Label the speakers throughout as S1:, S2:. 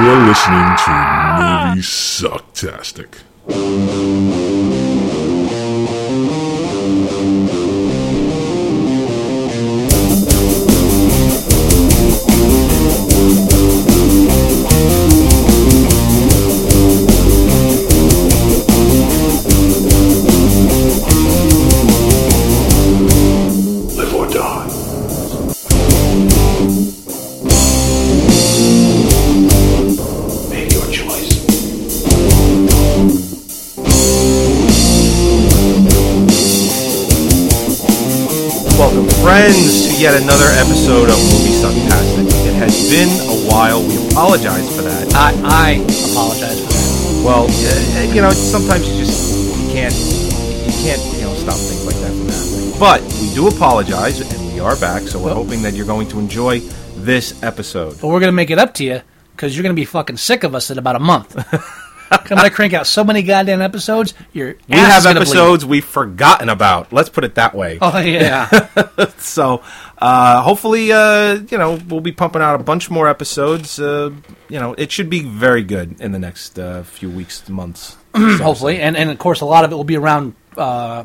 S1: You're listening to Movie Sucktastic.
S2: Live or die. Make your choice.
S3: Welcome, friends, to yet another episode of Movie Sucktastic. It has been a while. We apologize for that.
S4: I, I apologize for that.
S3: Well, uh, you know, sometimes you just you can't you can't you know stop things like that from happening. But we do apologize, and we are back. So we're hoping that you're going to enjoy this episode.
S4: But we're going to make it up to you because you're going to be fucking sick of us in about a month. I'm going to crank out so many goddamn episodes. Your
S3: We
S4: ass is
S3: have
S4: gonna
S3: episodes we've forgotten about. Let's put it that way.
S4: bleed. Oh yeah.
S3: So, uh, hopefully, uh, you know, we'll be pumping out a bunch more episodes. Uh, you know, it should be very good in the next uh, few weeks, months.
S4: Hopefully, and and of course, a lot of it will be around uh,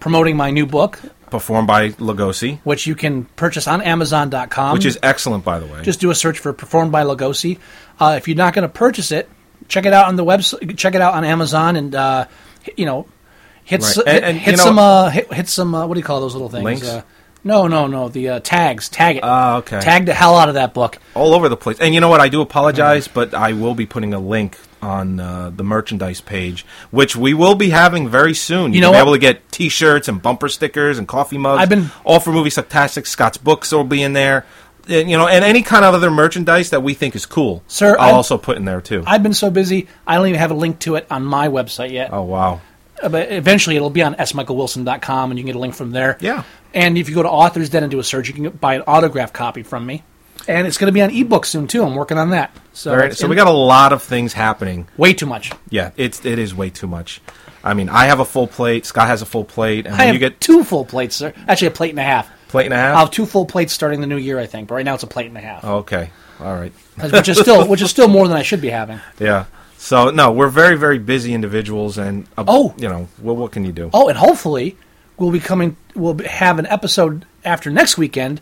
S4: promoting my new book,
S3: performed by Lugosi,
S4: which you can purchase on Amazon.com.
S3: which is excellent, by the way.
S4: just do a search for "Performed by Lugosi." Uh, if you're not going to purchase it, check it out on the website. Check it out on Amazon, and uh, h- you know, hit
S3: Right.
S4: s-
S3: And-
S4: hit,
S3: and,
S4: hit
S3: you know-
S4: some uh, hit, hit some uh, what do you call those little things?
S3: Links?
S4: Uh, no, no, no. The uh, tags. Tag it.
S3: Ah, okay.
S4: Tag the hell out of that book.
S3: all over the place. And you know what? I do apologize, but I will be putting a link on uh, the merchandise page, which we will be having very soon. You,
S4: know
S3: will be
S4: what?
S3: able to get T-shirts and bumper stickers and coffee mugs.
S4: I've been-
S3: all for movie Sucktastic. Scott's books will be in there. And, you know, and any kind of other merchandise that we think is cool,
S4: Sir,
S3: I'll
S4: I'm-
S3: also put in there too.
S4: I've been so busy, I don't even have a link to it on my website yet.
S3: oh wow!
S4: Uh, But eventually, it'll be on smichaelwilson.com, and you can get a link from there.
S3: Yeah.
S4: And if you go to Authors Den and do a search, you can buy an autograph copy from me. And it's going to be on ebook soon too. I'm working on that. So,
S3: All right,
S4: it's
S3: so
S4: in-
S3: we got a lot of things happening.
S4: way too much.
S3: Yeah, it's it is way too much. I mean, I have a full plate. Scott has a full plate, and
S4: I
S3: when
S4: have
S3: you get
S4: two full plates, sir. Actually, a plate and a half.
S3: plate and a half.
S4: I'll have two full plates starting the new year, I think. But right now, it's a plate and a half,
S3: Okay. All right.
S4: which is still which is still more than I should be having.
S3: Yeah. So no, we're very very busy individuals, and uh,
S4: Oh.
S3: you know, what what can you do?
S4: Oh, and hopefully, we'll be coming. We'll be- have an episode after next weekend.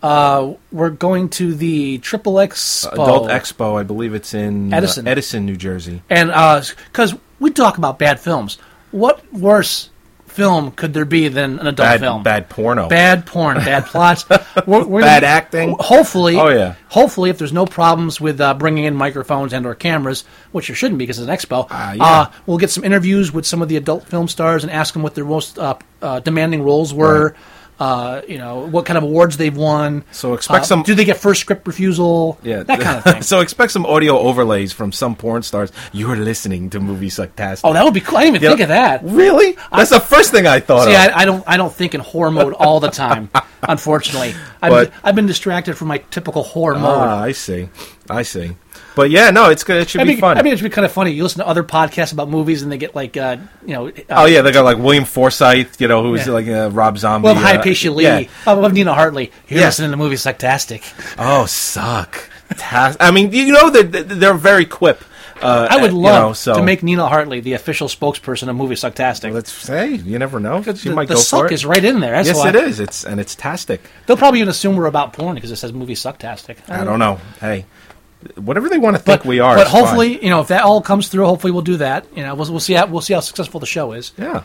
S4: Uh, we're going to the Triple X
S3: Uh,
S4: uh,
S3: Adult Expo, I believe it's in uh,
S4: Edison.
S3: Edison, New Jersey.
S4: and because we talk about bad films, what worse film could there be than an adult
S3: Bad
S4: film?
S3: bad porno.
S4: bad porn, bad plots, we're, we're
S3: Bad
S4: gonna-
S3: acting.
S4: Hopefully,
S3: Oh, yeah.
S4: Hopefully, if there's no problems with uh, bringing in microphones and or cameras, which there shouldn't be because it's an expo, uh,
S3: Ah, yeah.
S4: we'll get some interviews with some of the adult film stars and ask them what their most uh, uh, demanding roles were. Uh, you know what kind of awards they've won.
S3: So expect
S4: Uh,
S3: some-
S4: Do they get first script refusal?
S3: Yeah,
S4: that kind of thing.
S3: so expect some audio overlays from some porn stars. You're listening to movie sucktastic.
S4: oh, that would be cool. I didn't even
S3: You know-
S4: think of that.
S3: Really? That's the first thing I thought
S4: See,
S3: of.
S4: I, I don't, I don't think in horror mode all the time. unfortunately, I've,
S3: But-
S4: I've been distracted from my typical horror mode.
S3: ah, I see. I see. But yeah, no, it's good. It should
S4: I mean,
S3: be fun.
S4: I mean, it'd be kind of funny. You listen to other podcasts about movies, and they get like, uh, you know, uh,
S3: Oh yeah, they got like William Forsythe, you know, who's
S4: Yeah.
S3: like uh, Rob Zombie.
S4: love
S3: uh,
S4: Hypatia Lee,
S3: yeah.
S4: I love Nina Hartley. You're
S3: Yeah.
S4: listening to movies Sucktastic.
S3: Oh, suck. Tas- I mean, you know that that they're very quip. Uh,
S4: I would
S3: you
S4: love
S3: know, so.
S4: to make Nina Hartley the official spokesperson of movie Sucktastic.
S3: Let's say you never know. She
S4: the
S3: might
S4: the
S3: go
S4: suck
S3: for it.
S4: is right in there. That's
S3: yes,
S4: why.
S3: it is. It's and it's tastic.
S4: They'll probably even assume we're about porn because it says movie Sucktastic.
S3: I don't know. Hey, whatever they want to think
S4: Uh, But
S3: we are.
S4: But
S3: it's fine.
S4: hopefully, you know, if that all comes through, hopefully we'll do that. You know, we'll, we'll see how we'll see how successful the show is.
S3: yeah.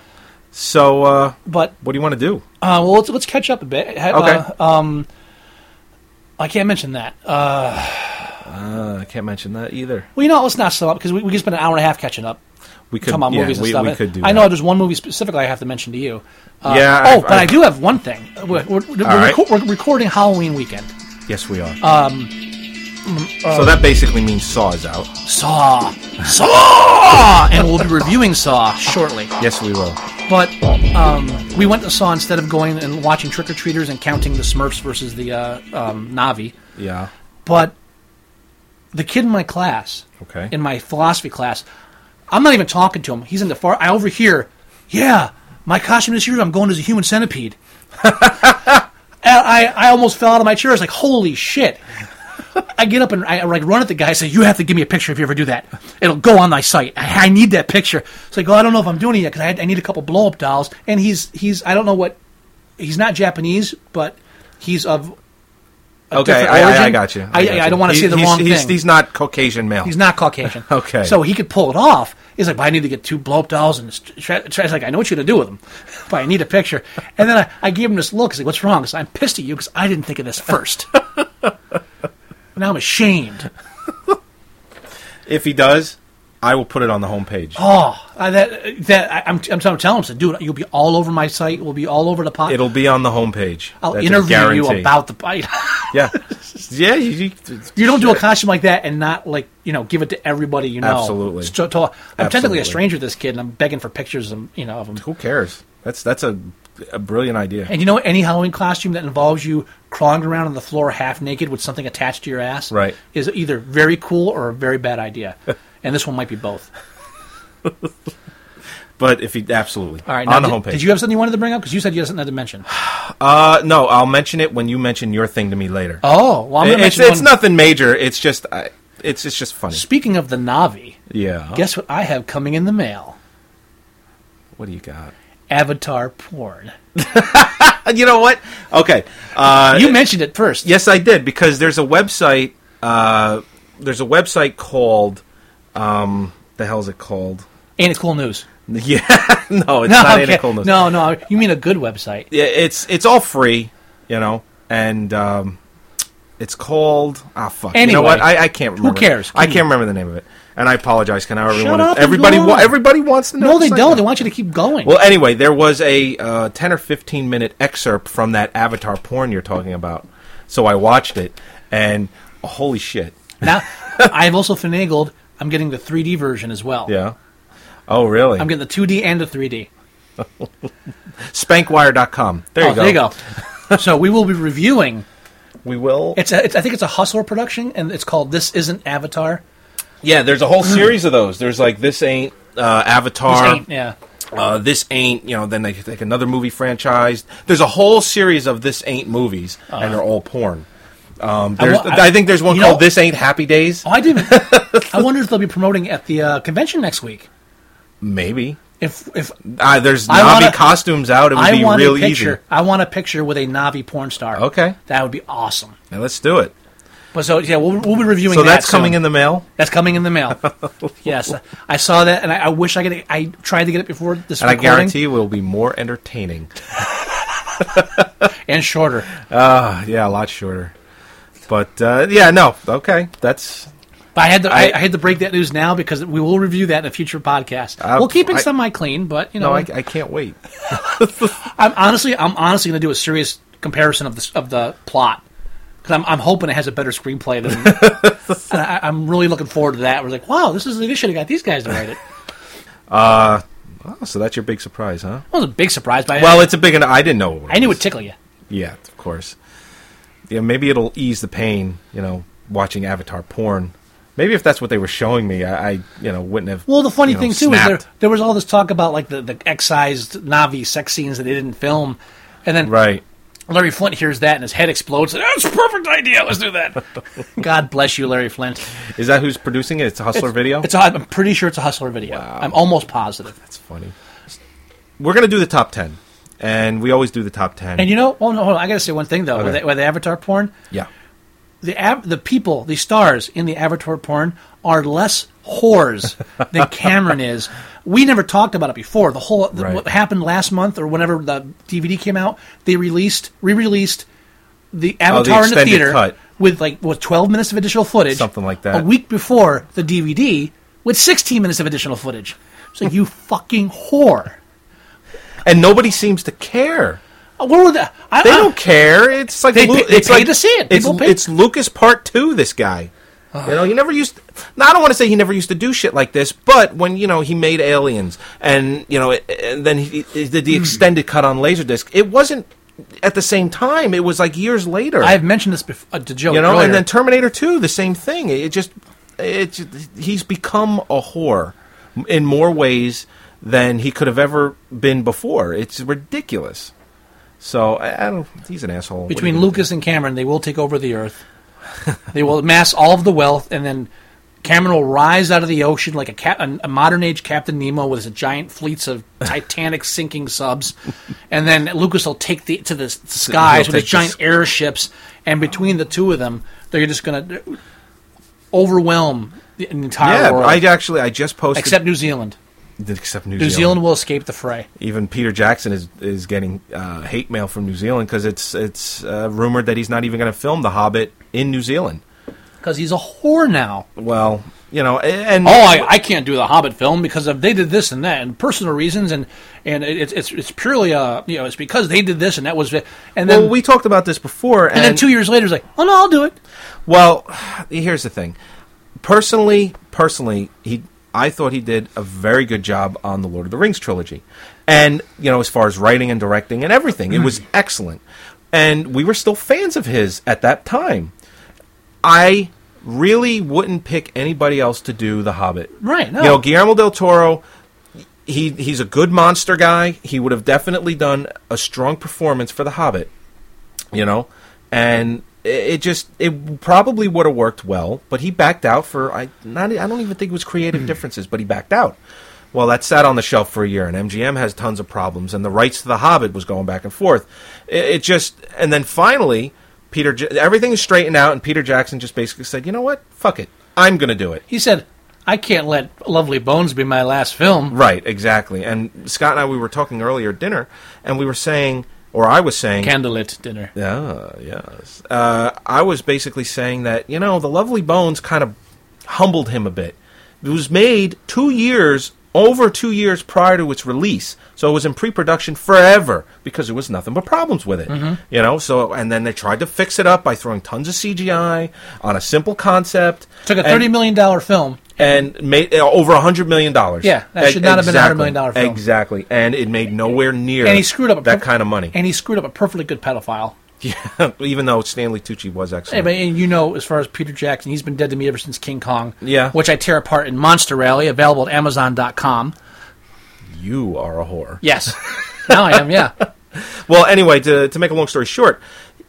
S3: So, uh,
S4: But
S3: what do you want to do?
S4: Uh, well, let's, let's catch up a bit. Ha-
S3: Okay.
S4: Uh, um, I can't mention that. Uh,
S3: Uh, I can't mention that either.
S4: well, you know, let's not sum up because we, we can spend an hour and a half catching up,
S3: We could
S4: talking about
S3: yeah,
S4: movies and
S3: we,
S4: stuff.
S3: We could do.
S4: I
S3: that.
S4: know there's one movie specifically I have to mention to you. Uh,
S3: Yeah,
S4: Oh,
S3: I've-
S4: but i
S3: I've-
S4: do have one thing. We're, we're, we're,
S3: right.
S4: reco- we're recording Halloween weekend.
S3: Yes, we are. Um. so that basically means Saw is out.
S4: Saw, Saw, and we'll be reviewing Saw shortly.
S3: Yes, we will.
S4: But um, we went to Saw instead of going and watching Trick or Treaters and counting the Smurfs versus the uh, um, Navi.
S3: Yeah.
S4: But the kid in my class,
S3: Okay.
S4: in my philosophy class, I'm not even talking to him. He's in the far. I overhear, yeah, my costume this year, I'm going as a human centipede. and I, I almost fell out of my chair. I was like, holy shit. I get up and I like run at the guy and say, "You have to give me a picture if you ever do that. It'll go on my site. I, I need that picture." It's like, "Well, I don't know if I'm doing it yet because I, had- I need a couple blow up dolls." And he's he's I don't know what he's not Japanese, but he's of a
S3: Okay,
S4: different
S3: I, I, I
S4: origin.
S3: got you.
S4: I,
S3: got
S4: I,
S3: you.
S4: don't want to
S3: He-
S4: say the
S3: he's,
S4: wrong
S3: he's,
S4: thing.
S3: He's not Caucasian male.
S4: He's not Caucasian.
S3: Okay.
S4: So he could pull it off. He's like, but I need to get two blow up dolls and Trey's like, I know what you're gonna do with them, but I need a picture. And then I, I gave him this look. He's like, what's wrong? I said, I'm pissed at you because I didn't think of this first. now I'm ashamed.
S3: If he does, I will put it on the homepage.
S4: Oh, I, that that I, I'm, I'm telling him, I said, dude, you'll be all over my site. We'll be all over the pot.
S3: It'll be on the homepage.
S4: I'll
S3: That's a
S4: interview you
S3: guarantee.
S4: about the. I,
S3: yeah, yeah. You, you,
S4: you don't do a costume like that and not like you know give it to everybody you know.
S3: Absolutely.
S4: So, to- I'm technically
S3: Absolutely.
S4: a stranger to this kid, and I'm begging for pictures of you know of him.
S3: who cares? That's that's a, a brilliant idea.
S4: And you know what? Any Halloween costume that involves you crawling around on the floor half naked with something attached to your ass
S3: Right.
S4: is either very cool or a very bad idea. and this one might be both.
S3: But if he absolutely
S4: All right.
S3: on
S4: now,
S3: the
S4: did,
S3: homepage.
S4: Did you have something you wanted to bring up? Because you said you had something to mention.
S3: uh, no, I'll mention it when you mention your thing to me later.
S4: Oh, well, I'm going to
S3: it's
S4: mention
S3: it's
S4: one-
S3: nothing major. It's just I, it's it's just funny.
S4: Speaking of the Navi,
S3: Yeah.
S4: guess what I have coming in the mail?
S3: what do you got?
S4: Avatar porn.
S3: Uh, you know what? Okay. Uh,
S4: you mentioned it first.
S3: Yes, I did because there's a website. Uh, there's a website called. Um, the hell is it called?
S4: Ain't it cool news?
S3: Yeah, no, it's not
S4: okay.
S3: okay. Coolness.
S4: no, no. You mean a good website?
S3: Yeah, it's it's all free, you know, and um, it's called ah fuck. you know
S4: Anyway.
S3: what? I, I can't remember.
S4: cares?
S3: I can't remember the name of it, and I apologize. Can I everyone?
S4: up and
S3: everybody,
S4: go
S3: wa-
S4: on.
S3: everybody wants to know.
S4: No, they
S3: It's like
S4: don't.
S3: that.
S4: They want you to keep going.
S3: Well, anyway, there was a uh, ten or fifteen minute excerpt from that Avatar porn you're talking about, so I watched it, and holy shit,
S4: now, I've also finagled. I'm getting the 3D version as well.
S3: yeah. Oh really?
S4: I'm getting the 2D and the 3D.
S3: Spankwire.com. There you
S4: oh,
S3: go.
S4: there you go. so we will be reviewing.
S3: We will.
S4: It's, a, it's I think it's a Hustler production, and it's called "This Isn't Avatar."
S3: yeah, there's a whole series of those. There's like this ain't uh,
S4: This
S3: Avatar.
S4: ain't- yeah,
S3: uh, this ain't you know then they take another movie franchise there's a whole series of this ain't movies and they're all porn um, there's,
S4: Uh-huh. wa-
S3: I, think there's one
S4: you
S3: called
S4: know-
S3: this ain't happy days
S4: oh, I didn't. I wonder if they'll be promoting at the uh, convention next week.
S3: maybe
S4: If if
S3: uh, there's
S4: I
S3: Navi
S4: wanna-
S3: costumes out it would
S4: I
S3: be
S4: want
S3: real
S4: a picture,
S3: easy
S4: I want a picture with a Navi porn star.
S3: Okay.
S4: that would be awesome.
S3: now let's do it
S4: But so yeah, we'll, we'll be reviewing.
S3: so
S4: that
S3: that's coming
S4: soon.
S3: in the mail
S4: That's coming in the mail. yes, I saw that, and I, I wish I could. I tried to get it before this
S3: and I
S4: recording
S3: guarantee it will be more entertaining
S4: and shorter.
S3: uh, yeah a lot shorter but uh, yeah no okay that's
S4: But I had to, I,
S3: I-
S4: I had to break that news now because we will review that in a future podcast.
S3: Uh,
S4: we'll keep it
S3: I-
S4: semi clean, but you know,
S3: no I,
S4: I,
S3: I can't wait
S4: am honestly, I'm honestly going to do a serious comparison of the of the plot because I'm, I'm hoping it has a better screenplay than. and I, I'm really looking forward to that. We're like, wow, this is they should have got these guys to write it.
S3: oh, so that's your big surprise huh
S4: It was a big surprise, but
S3: well
S4: I,
S3: it's a big I didn't know what
S4: I knew
S3: was.
S4: it tickle you.
S3: Yeah, of course. Yeah, maybe it'll ease the pain, you know, watching Avatar porn. Maybe if that's what they were showing me, I, I you know, wouldn't have.
S4: Well, the funny
S3: you know,
S4: thing too is
S3: snapped.
S4: there there was all this talk about like the, the excised Navi sex scenes that they didn't film, and then
S3: Right.
S4: Larry Flint hears that and his head explodes. That's a perfect idea. Let's do that. God bless you, Larry Flint.
S3: Is that who's producing it? It's a Hustler video?
S4: It's a, I'm pretty sure it's a Hustler video. I'm almost positive.
S3: that's funny. We're going to do the top 10. And we always do the top 10.
S4: And you know, oh no, hold on. I got to say one thing though. With,
S3: Okay.
S4: the, with the Avatar porn,
S3: yeah.
S4: the av- the people, the stars in the Avatar porn are less whores than Cameron is. We never talked about it before. The whole the,
S3: Right.
S4: what happened last month or whenever the DVD came out, they released re-released the Avatar in the
S3: Oh, extended
S4: theater
S3: cut.
S4: with like what 12 minutes of additional footage,
S3: Something like that.
S4: A week before the DVD with 16 minutes of additional footage. So you fucking whore.
S3: And nobody seems to care.
S4: Uh, Where were the? I,
S3: They
S4: I-
S3: don't care. It's like
S4: They
S3: Lu-
S4: pay- they
S3: it's
S4: pay
S3: like,
S4: to see it.
S3: It's,
S4: People pay- Uh-huh.
S3: it's Lucas Part Two. This guy, you know, he never used. now, I don't want to say he never used to do shit like this, but when you know he made Aliens, and you know, it- and then he, he did
S4: Hmm.
S3: the extended cut on Laserdisc. It wasn't at the same time. It was like years later.
S4: I've mentioned this before uh, to Joe.
S3: you know,
S4: earlier.
S3: and then Terminator Two, the same thing. It, it just, it just- he's become a whore in more ways than he could have ever been before. It's ridiculous. So I, I don't. He's an asshole. What do
S4: between
S3: you-
S4: Lucas and Cameron, they will take over the Earth. They will amass all of the wealth, and then Cameron will rise out of the ocean like a, cap- a, a modern age Captain Nemo with his giant fleets of Titanic sinking subs, and then Lucas will take the to the s- skies with
S3: take
S4: his giant
S3: the
S4: airships, and between the two of them, they're just going to overwhelm the an entire
S3: yeah,
S4: world,
S3: I actually I just posted
S4: except New Zealand.
S3: except New,
S4: New Zealand.
S3: Zealand.
S4: will escape the fray.
S3: Even Peter Jackson is is getting uh, hate mail from New Zealand because it's it's uh, rumored that he's not even going to film The Hobbit in New Zealand.
S4: Because he's a whore now.
S3: Well, you know, a- and
S4: oh, I, I can't do the Hobbit film because if they did this and that and personal reasons and and it, it's- it's it's purely uh you know it's because they did this and that was it. and then
S3: well, we talked about this before, and,
S4: and then two years later it's like oh no I'll do it.
S3: Well, here's the thing. Personally, personally, he I thought he did a very good job on the Lord of the Rings trilogy. And, you know, as far as writing and directing and everything, it
S4: Hmm.
S3: was excellent. And we were still fans of his at that time. I really wouldn't pick anybody else to do The Hobbit.
S4: Right, no.
S3: You know, Guillermo del Toro, he he's a good monster guy. He would have definitely done a strong performance for The Hobbit you know, and it, it just it probably would have worked well, but he backed out for I not I don't even think it was creative differences, but he backed out. Well, that sat on the shelf for a year, and MGM has tons of problems, and the rights to the Hobbit was going back and forth. It, it just and then finally, Peter J- everything is straightened out, and Peter Jackson just basically said, you know what, fuck it, I'm going to do it.
S4: He said I can't let Lovely Bones be my last film.
S3: Right, exactly. And Scott and I we were talking earlier at dinner, and we were saying, or I was saying,
S4: Candlelit dinner.
S3: Yeah, Ah, yes. Uh, I was basically saying that you know the Lovely Bones kind of humbled him a bit. It was made two years over two years prior to its release, so it was in pre-production forever because there was nothing but problems with it.
S4: Mm-hmm.
S3: You know, so and then they tried to fix it up by throwing tons of CGI on a simple concept.
S4: Took a
S3: and-
S4: thirty million dollar film.
S3: and made uh, over a hundred million dollars.
S4: Yeah, that
S3: E-
S4: should not have been a $100 million
S3: exactly,
S4: film.
S3: Exactly, and it made nowhere near.
S4: And he screwed up a
S3: that
S4: perf-
S3: kind of money,
S4: And he screwed up a perfectly good pedophile.
S3: even though Stanley Tucci was excellent.
S4: Hey, but and you know, as far as Peter Jackson, he's been dead to me ever since King Kong.
S3: Yeah.
S4: Which I tear apart in Monster Rally, available at Amazon.com.
S3: You are a whore.
S4: Yes. now I am, yeah.
S3: Well, anyway, to, to make a long story short,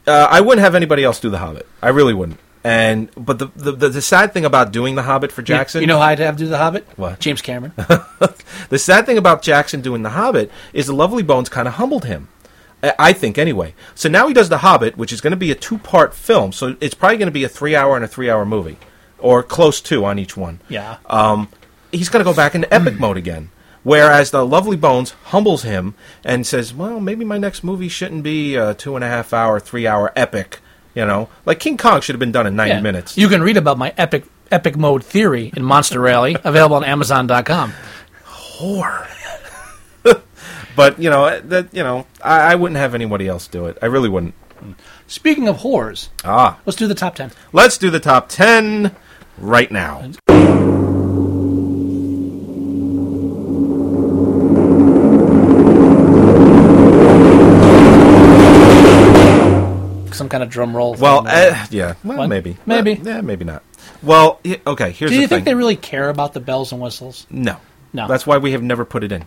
S3: uh, I wouldn't have anybody else do The Hobbit. I really wouldn't. And but the the, the, the sad thing about doing The Hobbit for Jackson,
S4: You, know how I'd have to do The Hobbit?
S3: What? Ah,
S4: James Cameron.
S3: the sad thing about Jackson doing The Hobbit is the Lovely Bones kind of humbled him. I- I think anyway. So now he does The Hobbit, which is going to be a two part film. So it's probably going to be a three hour and a three hour movie, or close to on each one.
S4: yeah.
S3: um, he's going to go back into epic mode again. Whereas the Lovely Bones humbles him and says, "Well, maybe my next movie shouldn't be a two and a half hour, three hour epic. You know, like King Kong should have been done in ninety
S4: Yeah.
S3: minutes."
S4: You can read about my epic epic mode theory in Monster Rally, available on Amazon.com.
S3: Whore. but you know that you know I, I wouldn't have anybody else do it. I really wouldn't.
S4: Speaking of whores,
S3: Ah,
S4: let's do the top 10.
S3: let's do the top ten right now.
S4: Some kind of drum roll.
S3: Well,
S4: thing.
S3: uh, yeah, well,
S4: What?
S3: maybe,
S4: Maybe.
S3: yeah, maybe not. Well, y- okay. Here's
S4: do
S3: the
S4: you
S3: thing.
S4: think they really care about the bells and whistles?
S3: no,
S4: No.
S3: That's why we have never put it in.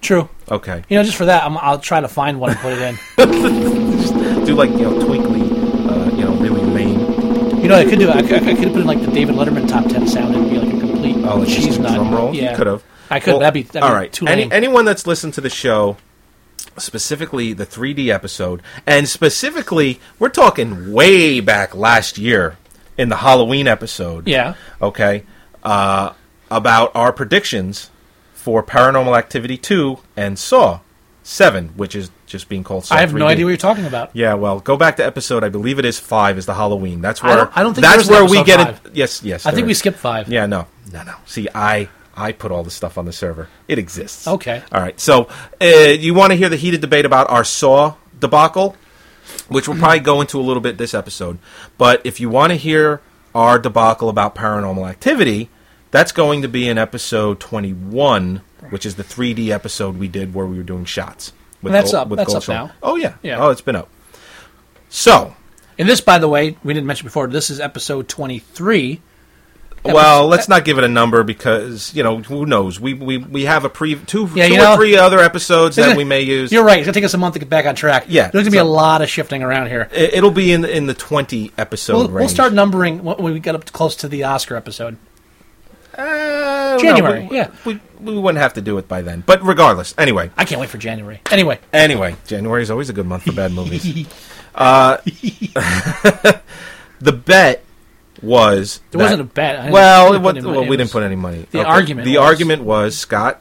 S4: True.
S3: Okay.
S4: You know, just for that, I'm, I'll try to find one and put it in.
S3: do like you know twinkly, uh, you know really lame.
S4: You know, I could do. I could, I could put in like the David Letterman top ten sound and be like a complete
S3: Oh, like
S4: cheese
S3: just a
S4: nut.
S3: drum roll.
S4: Yeah,
S3: You could have.
S4: I could.
S3: Well,
S4: that'd be. That'd
S3: all
S4: be
S3: right.
S4: Too
S3: Any,
S4: lame.
S3: anyone that's listened to the show, specifically the 3D episode, and specifically we're talking way back last year in the Halloween episode.
S4: yeah.
S3: Okay. Uh, about our predictions for Paranormal Activity two and Saw seven, which is just being called. Saw
S4: I have no
S3: 3D.
S4: idea what you're talking about.
S3: Yeah, well, go back to episode. I believe it is five. Is the Halloween? That's
S4: I
S3: where
S4: don't- I don't think there
S3: that's
S4: is an
S3: where we
S4: episode
S3: get
S4: five.
S3: it. Yes, yes.
S4: I
S3: there
S4: think we
S3: is.
S4: skipped five.
S3: Yeah, no, no, no. See, I I put all the stuff on the server. It exists.
S4: Okay.
S3: All right. So uh, you want to hear the heated debate about our Saw debacle, which we'll probably go into a little bit this episode. But if you want to hear our debacle about Paranormal Activity, that's going to be in episode twenty one, which is the three D episode we did where we were doing shots. With
S4: And that's up- that's up
S3: Goldschlager.
S4: now.
S3: Oh yeah.
S4: Yeah.
S3: Oh, it's been up. So
S4: And this, by the way, we didn't mention before. This is episode 23.
S3: well, let's not give it a number because you know who knows. We we, we have a pre two,
S4: Yeah,
S3: two
S4: you
S3: or
S4: know-
S3: three other episodes
S4: Isn't
S3: that
S4: it-
S3: we may use.
S4: You're right. It's gonna take us a month to get back on track.
S3: Yeah,
S4: there's gonna be a
S3: so-
S4: lot of shifting around here.
S3: It- It'll be in in the twenty episode
S4: We'll,
S3: range.
S4: we'll start numbering when we get up close to the Oscar episode.
S3: uh, no,
S4: January,
S3: we-
S4: yeah.
S3: we we wouldn't have to do it by then. But regardless, anyway,
S4: I can't wait for January. Anyway,
S3: anyway, January is always a good month for bad movies. uh, the bet was
S4: There wasn't
S3: that-
S4: a bet. I didn't- I
S3: well,
S4: didn't
S3: it was,
S4: put in
S3: well,
S4: money.
S3: we
S4: It
S3: didn't
S4: was-
S3: put any money.
S4: the argument
S3: The
S4: was-
S3: argument was Scott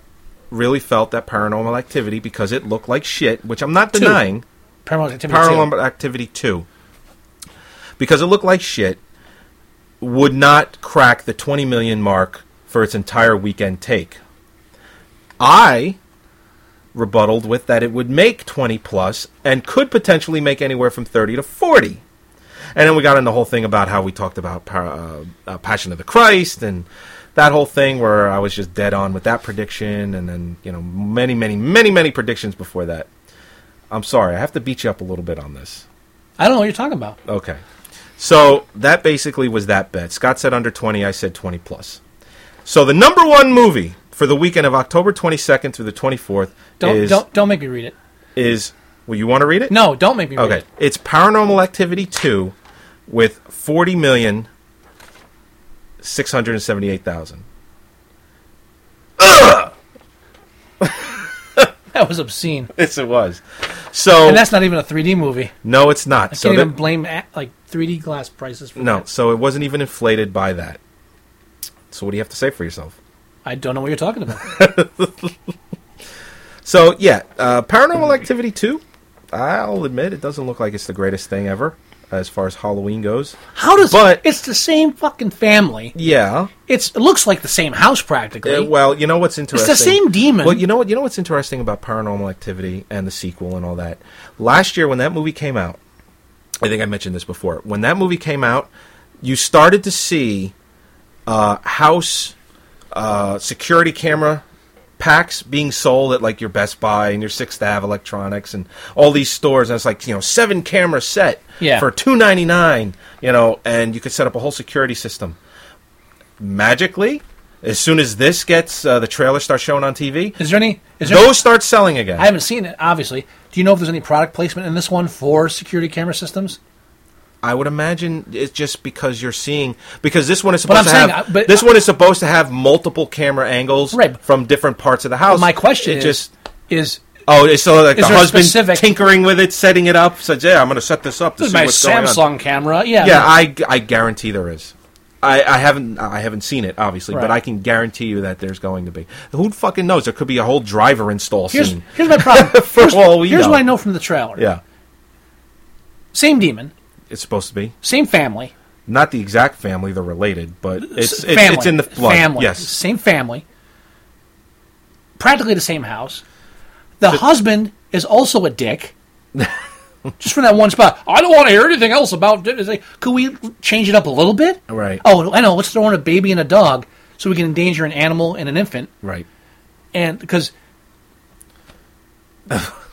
S3: really felt that Paranormal Activity because it looked like shit, which I'm not
S4: Two.
S3: denying.
S4: Paranormal Activity.
S3: Paranormal Activity 2, because it looked like shit, would not crack the 20 million mark for its entire weekend take. I rebutted with that it would make 20 plus and could potentially make anywhere from 30 to 40. And then we got into the whole thing about how we talked about Par- uh, uh, Passion of the Christ and that whole thing where I was just dead on with that prediction, and then you know many, many, many, many predictions before that. I'm sorry, I have to beat you up a little bit on this.
S4: I don't know what you're talking about.
S3: Okay. So that basically was that bet. Scott said under 20, I said 20 plus. So the number one movie for the weekend of October 22nd through the 24th
S4: Don't
S3: is
S4: don't don't make me read it.
S3: is well, you want to read it?
S4: No, don't make me read
S3: Okay.
S4: it.
S3: It's Paranormal Activity 2 with 40 million 678,000.
S4: That was obscene.
S3: Yes, it was. So
S4: And that's not even a 3D movie.
S3: no, it's not.
S4: I
S3: so
S4: can't
S3: that-
S4: even blame a- like 3D glass prices for
S3: no,
S4: that.
S3: so it wasn't even inflated by that. So what do you have to say for yourself?
S4: I don't know what you're talking about.
S3: So yeah, uh, Paranormal Activity two. I'll admit it doesn't look like it's the greatest thing ever as far as Halloween goes.
S4: How does
S3: But-
S4: it's the same fucking family?
S3: Yeah.
S4: It's it looks like the same house practically.
S3: Uh, well, you know what's interesting.
S4: same demon.
S3: Well, you know what you know what's interesting about Paranormal Activity and the sequel and all that. Last year when that movie came out, I think I mentioned this before. When that movie came out, you started to see uh, house uh, security camera packs being sold at like your Best Buy and your Sixth Ave Electronics and all these stores. And it's like you know seven camera set
S4: Yeah.
S3: for two ninety nine. You know, and you could set up a whole security system. Magically, as soon as this gets uh, the trailer starts showing on TV,
S4: is there any? Is there
S3: those start selling again.
S4: I haven't seen it. Obviously, do you know if there's any product placement in this one for security camera systems?
S3: I would imagine it's just because you're seeing because this one is
S4: But
S3: supposed to
S4: I'm saying,
S3: have
S4: uh, but-
S3: this one is supposed to have multiple camera angles
S4: Right.
S3: from different parts of the house.
S4: My question
S3: it
S4: is,
S3: just
S4: is
S3: oh, it's so like
S4: is
S3: the
S4: there a
S3: husband
S4: specific-
S3: tinkering with it, setting it up. Says, yeah, I'm going to set this up to
S4: this is
S3: see
S4: my
S3: what's going on.
S4: Samsung camera? Yeah,
S3: Yeah, I, I guarantee there is. I, I haven't I haven't seen it obviously, but
S4: Right.
S3: I can guarantee you that there's going to be. Who fucking knows? There could be a whole driver install
S4: Here's
S3: scene.
S4: here's my problem.
S3: For
S4: here's
S3: all we
S4: here's
S3: know.
S4: what I know from the trailer.
S3: Yeah,
S4: Same demon,
S3: it's supposed to be
S4: same family.
S3: not the exact family; they're related, but it's it's,
S4: family.
S3: it's in the blood.
S4: Family.
S3: Yes,
S4: Same family. Practically the same house. The husband is also a dick. Just from that one spot. I don't want to hear anything else about it. It's like, Could we change it up a little bit?
S3: Right.
S4: Oh, I know. Let's throw in a baby and a dog so we can endanger an animal and an infant.
S3: right.
S4: And because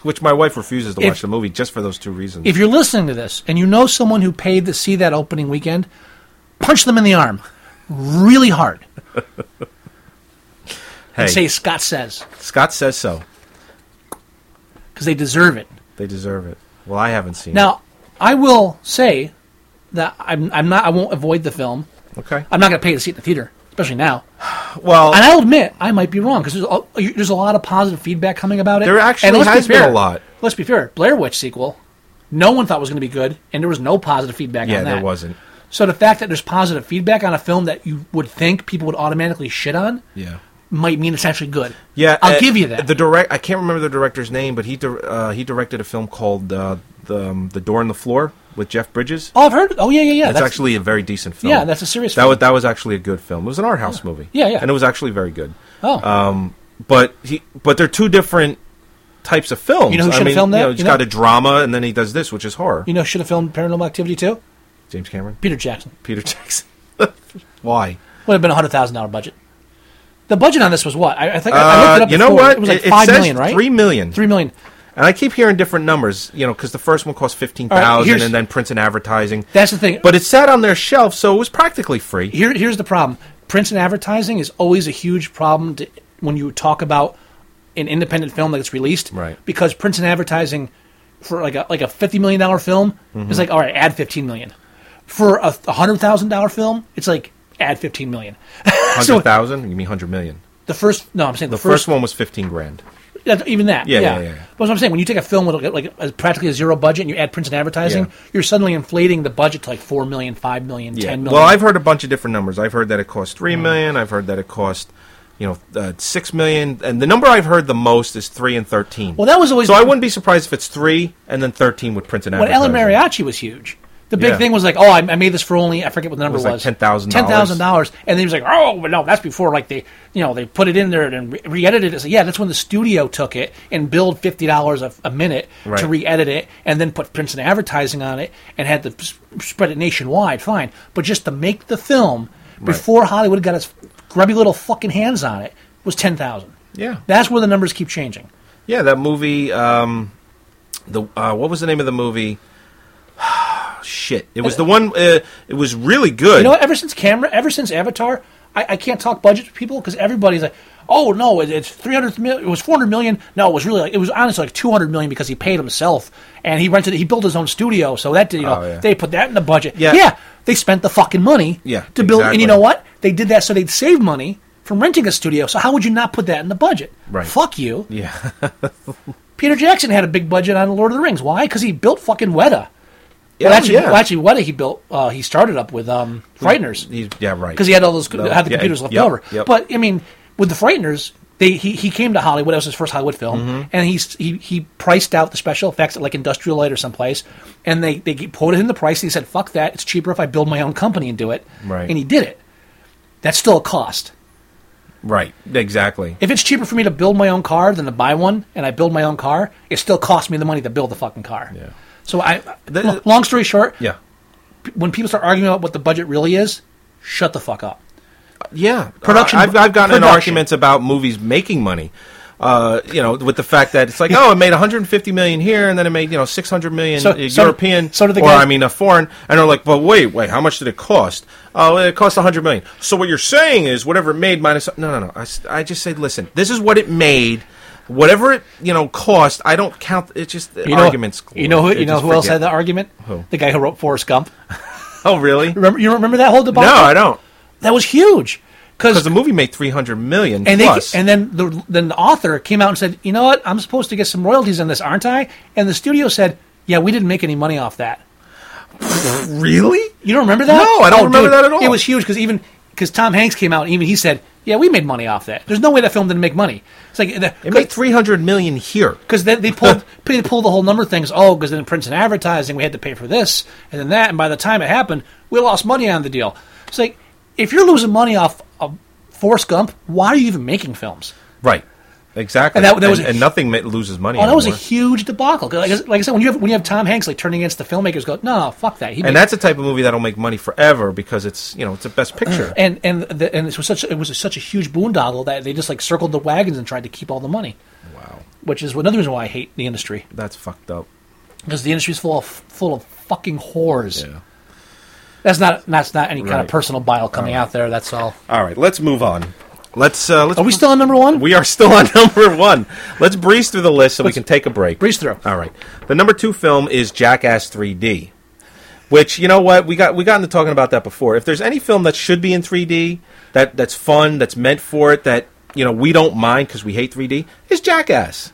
S3: Which my wife refuses to
S4: If-
S3: watch the movie just for those two reasons.
S4: if you're listening to this and you know someone who paid to see that opening weekend, punch them in the arm really hard
S3: hey,
S4: and say Scott says
S3: Scott says so.
S4: because they deserve it.
S3: They deserve it. Well, I haven't seen
S4: Now, I will say that I'm, I'm not. I won't avoid the film.
S3: it. Okay.
S4: I'm not going to pay to see it in the theater, especially now.
S3: Well,
S4: uh, And I'll admit I might be wrong because there's a, you- there's a lot of positive feedback coming about it.
S3: There actually
S4: And let's
S3: has been
S4: fair-
S3: a lot.
S4: Let's be fair. Blair Witch sequel, no one thought was going to be good, and there was no positive feedback.
S3: yeah,
S4: on that.
S3: there wasn't.
S4: So the fact that there's positive feedback on a film that you would think people would automatically shit on
S3: Yeah.
S4: might mean it's actually good.
S3: Yeah,
S4: I'll
S3: uh,
S4: give you that.
S3: The direct I can't remember the director's name, but he dir- uh, he directed a film called uh, the um, The Door in the Floor with Jeff Bridges.
S4: oh, I've heard. Oh, yeah, yeah, yeah.
S3: That's, actually a very decent film.
S4: Yeah, that's a serious
S3: That
S4: film.
S3: was that was actually a good film. It was an art house movie.
S4: Yeah, yeah.
S3: and it was actually very good.
S4: Oh,
S3: um, But he but they're two different types of films.
S4: You know who
S3: I
S4: should've
S3: mean,
S4: filmed
S3: You
S4: that?
S3: know,
S4: You
S3: he's
S4: know-
S3: got a drama, and then he does this, which is horror.
S4: you know, should have filmed Paranormal Activity too.
S3: James Cameron,
S4: Peter Jackson.
S3: Peter Jackson. Why?
S4: Would have been a hundred thousand dollar budget. The budget on this was what? I, I think I, I looked it
S3: Uh,
S4: up.
S3: you know
S4: before.
S3: what?
S4: It was like
S3: It- it
S4: five
S3: says
S4: million, right?
S3: three million.
S4: Three million.
S3: And I keep hearing different numbers, you know, because the first one cost fifteen
S4: All right,
S3: thousand,
S4: here's-
S3: and then prints and advertising.
S4: That's the thing.
S3: but it sat on their shelf, so it was practically free.
S4: here, here's the problem. prints and advertising is always a huge problem to, when you talk about an independent film that gets released.
S3: Right.
S4: Because prints and advertising for like a like a fifty million dollar film is
S3: Mm-hmm.
S4: like all right, add fifteen million. For a hundred thousand dollar film, it's like add fifteen million. So-
S3: Hundred thousand? You mean hundred million?
S4: The first no, I'm saying the,
S3: The first one was fifteen grand.
S4: That's- even that.
S3: Yeah,
S4: Yeah,
S3: yeah, yeah, yeah.
S4: But what I'm saying, when you take a film with like, like a, practically a zero budget and you add prints and advertising,
S3: Yeah.
S4: you're suddenly inflating the budget to like four million, five million,
S3: Yeah.
S4: ten million. Mm.
S3: Well, I've heard a bunch of different numbers. I've heard that it cost three million. I've heard that it cost, you know, uh, six million. And the number I've heard the most is three and thirteen.
S4: Well, that was always-
S3: so. I wouldn't be surprised if it's three and then thirteen with print and
S4: when Ellen Mariachi
S3: advertising.
S4: was huge. The big
S3: Yeah.
S4: thing was like, oh, I, I made this for only I forget what the number
S3: was like $10,000.
S4: ten thousand dollars, and then he was like, oh, but no, that's before like they, you know, they put it in there and re- re-edited it. So yeah, that's when the studio took it and billed fifty dollars a a minute
S3: Right.
S4: to re-edit it, and then put prints and advertising on it, and had to s- spread it nationwide. Fine, but just to make the film before Hollywood got its grubby little fucking hands on it was ten thousand.
S3: Yeah.
S4: that's where the numbers keep changing.
S3: Yeah, that movie. Um, the uh, what was the name of the movie? Shit! It was the one. Uh, it was really good.
S4: You know what? Ever since camera, ever since Avatar, I, I can't talk budget to people because everybody's like, "Oh no, it, it's three hundred million. It was four hundred million. No, it was really like it was honestly like two hundred million because he paid himself and he rented. He built his own studio, so that did, you know
S3: Oh, yeah.
S4: they put that in the budget.
S3: Yeah.
S4: they spent the fucking money.
S3: Yeah,
S4: to build. And
S3: exactly.
S4: you know what? They did that so they'd save money from renting a studio. So how would you not put that in the budget?
S3: Right.
S4: Fuck you.
S3: Yeah,
S4: Peter Jackson had a big budget on Lord of the Rings. Why? Because he built fucking Weta.
S3: yeah,
S4: well, actually,
S3: Oh, yeah.
S4: well, actually, Weta he built. Uh, he started up with um, Frighteners
S3: He- yeah, right.
S4: because he had all those
S3: No,
S4: had the
S3: yeah,
S4: computers left
S3: yep,
S4: over.
S3: yep.
S4: But I mean, with the Frighteners, they he, he came to Hollywood. That was his first Hollywood film,
S3: Mm-hmm.
S4: and he, he he priced out the special effects at like Industrial Light or someplace, and they they quoted him the price. And he said, "Fuck that! It's cheaper if I build my own company and do it."
S3: Right.
S4: And he did it. That's still a cost.
S3: right. Exactly.
S4: If it's cheaper for me to build my own car than to buy one, and I build my own car, it still costs me the money to build the fucking car.
S3: Yeah.
S4: So I,
S3: The-
S4: lo- long story short,
S3: Yeah,
S4: when people start arguing about what the budget really is, shut the fuck up.
S3: yeah.
S4: Production-
S3: I- I've, I've gotten in
S4: production.
S3: arguments about movies making money. Uh, you know, with the fact that it's like, oh, it made 150 million here, and then it made you know 600 million
S4: So-
S3: uh,
S4: so-
S3: European,
S4: so did the
S3: or
S4: guy-
S3: I mean, a foreign, and they're like, but wait, wait, how much did it cost? Oh, it cost 100 million. So what you're saying is whatever it made minus no, no, no. I, s- I just said, listen, this is what it made. Whatever it you know cost, I don't count. It's just
S4: You know,
S3: arguments.
S4: You know who?
S3: They
S4: You know
S3: just
S4: who else
S3: forget.
S4: had that argument?
S3: Who?
S4: The guy who wrote Forrest Gump.
S3: Oh, really? No,
S4: Remember? You remember that whole debacle?
S3: I don't.
S4: That was huge
S3: Because
S4: because
S3: the movie made 300 million
S4: and they
S3: plus.
S4: and then the then the author came out and said, you know what? I'm supposed to get some royalties on this, aren't I? And the studio said, yeah, we didn't make any money off that.
S3: really?
S4: You don't remember that? Oh,
S3: No, I don't remember that at all.
S4: It was huge because even because Tom Hanks came out, and even he said, yeah, we made money off that. There's no way that film didn't make money. It's like the,
S3: It made 300 million here.
S4: because they, they pulled they pulled the whole number of things. Oh, because then prints and advertising, we had to pay for this and then that, and by the time it happened, we lost money on the deal. It's like if you're losing money off of Forrest Gump, why are you even making films?
S3: Right. Exactly.
S4: And that- that was
S3: and,
S4: a-
S3: and nothing ma- loses money.
S4: Oh, that was a
S3: anymore.
S4: huge debacle. 'Cause Like, I- like I said, when you have when you have Tom Hanks like turning against the filmmakers, go no, no, fuck that. He
S3: and
S4: made-
S3: that's the type of movie that'll make money forever because it's you know it's a best picture.
S4: and and the, and it was such it was such a huge boondoggle that they just like circled the wagons and tried to keep all the money,
S3: wow,
S4: which is another reason why I hate the industry
S3: that's fucked up.
S4: because the industry's full of full of fucking whores.
S3: Yeah.
S4: That's not that's not any kind
S3: Right.
S4: of personal bile coming out there. That's all.
S3: All right, let's move on. Let's uh, let's.
S4: Are we still on number one?
S3: We are still on number one. Let's breeze through the list so we can take a break.
S4: breeze through.
S3: All right. The number two film is Jackass 3D, which you know what we got. We got into talking about that before. If there's any film that should be in 3D, that that's fun, that's meant for it, that you know we don't mind because we hate 3D, is Jackass.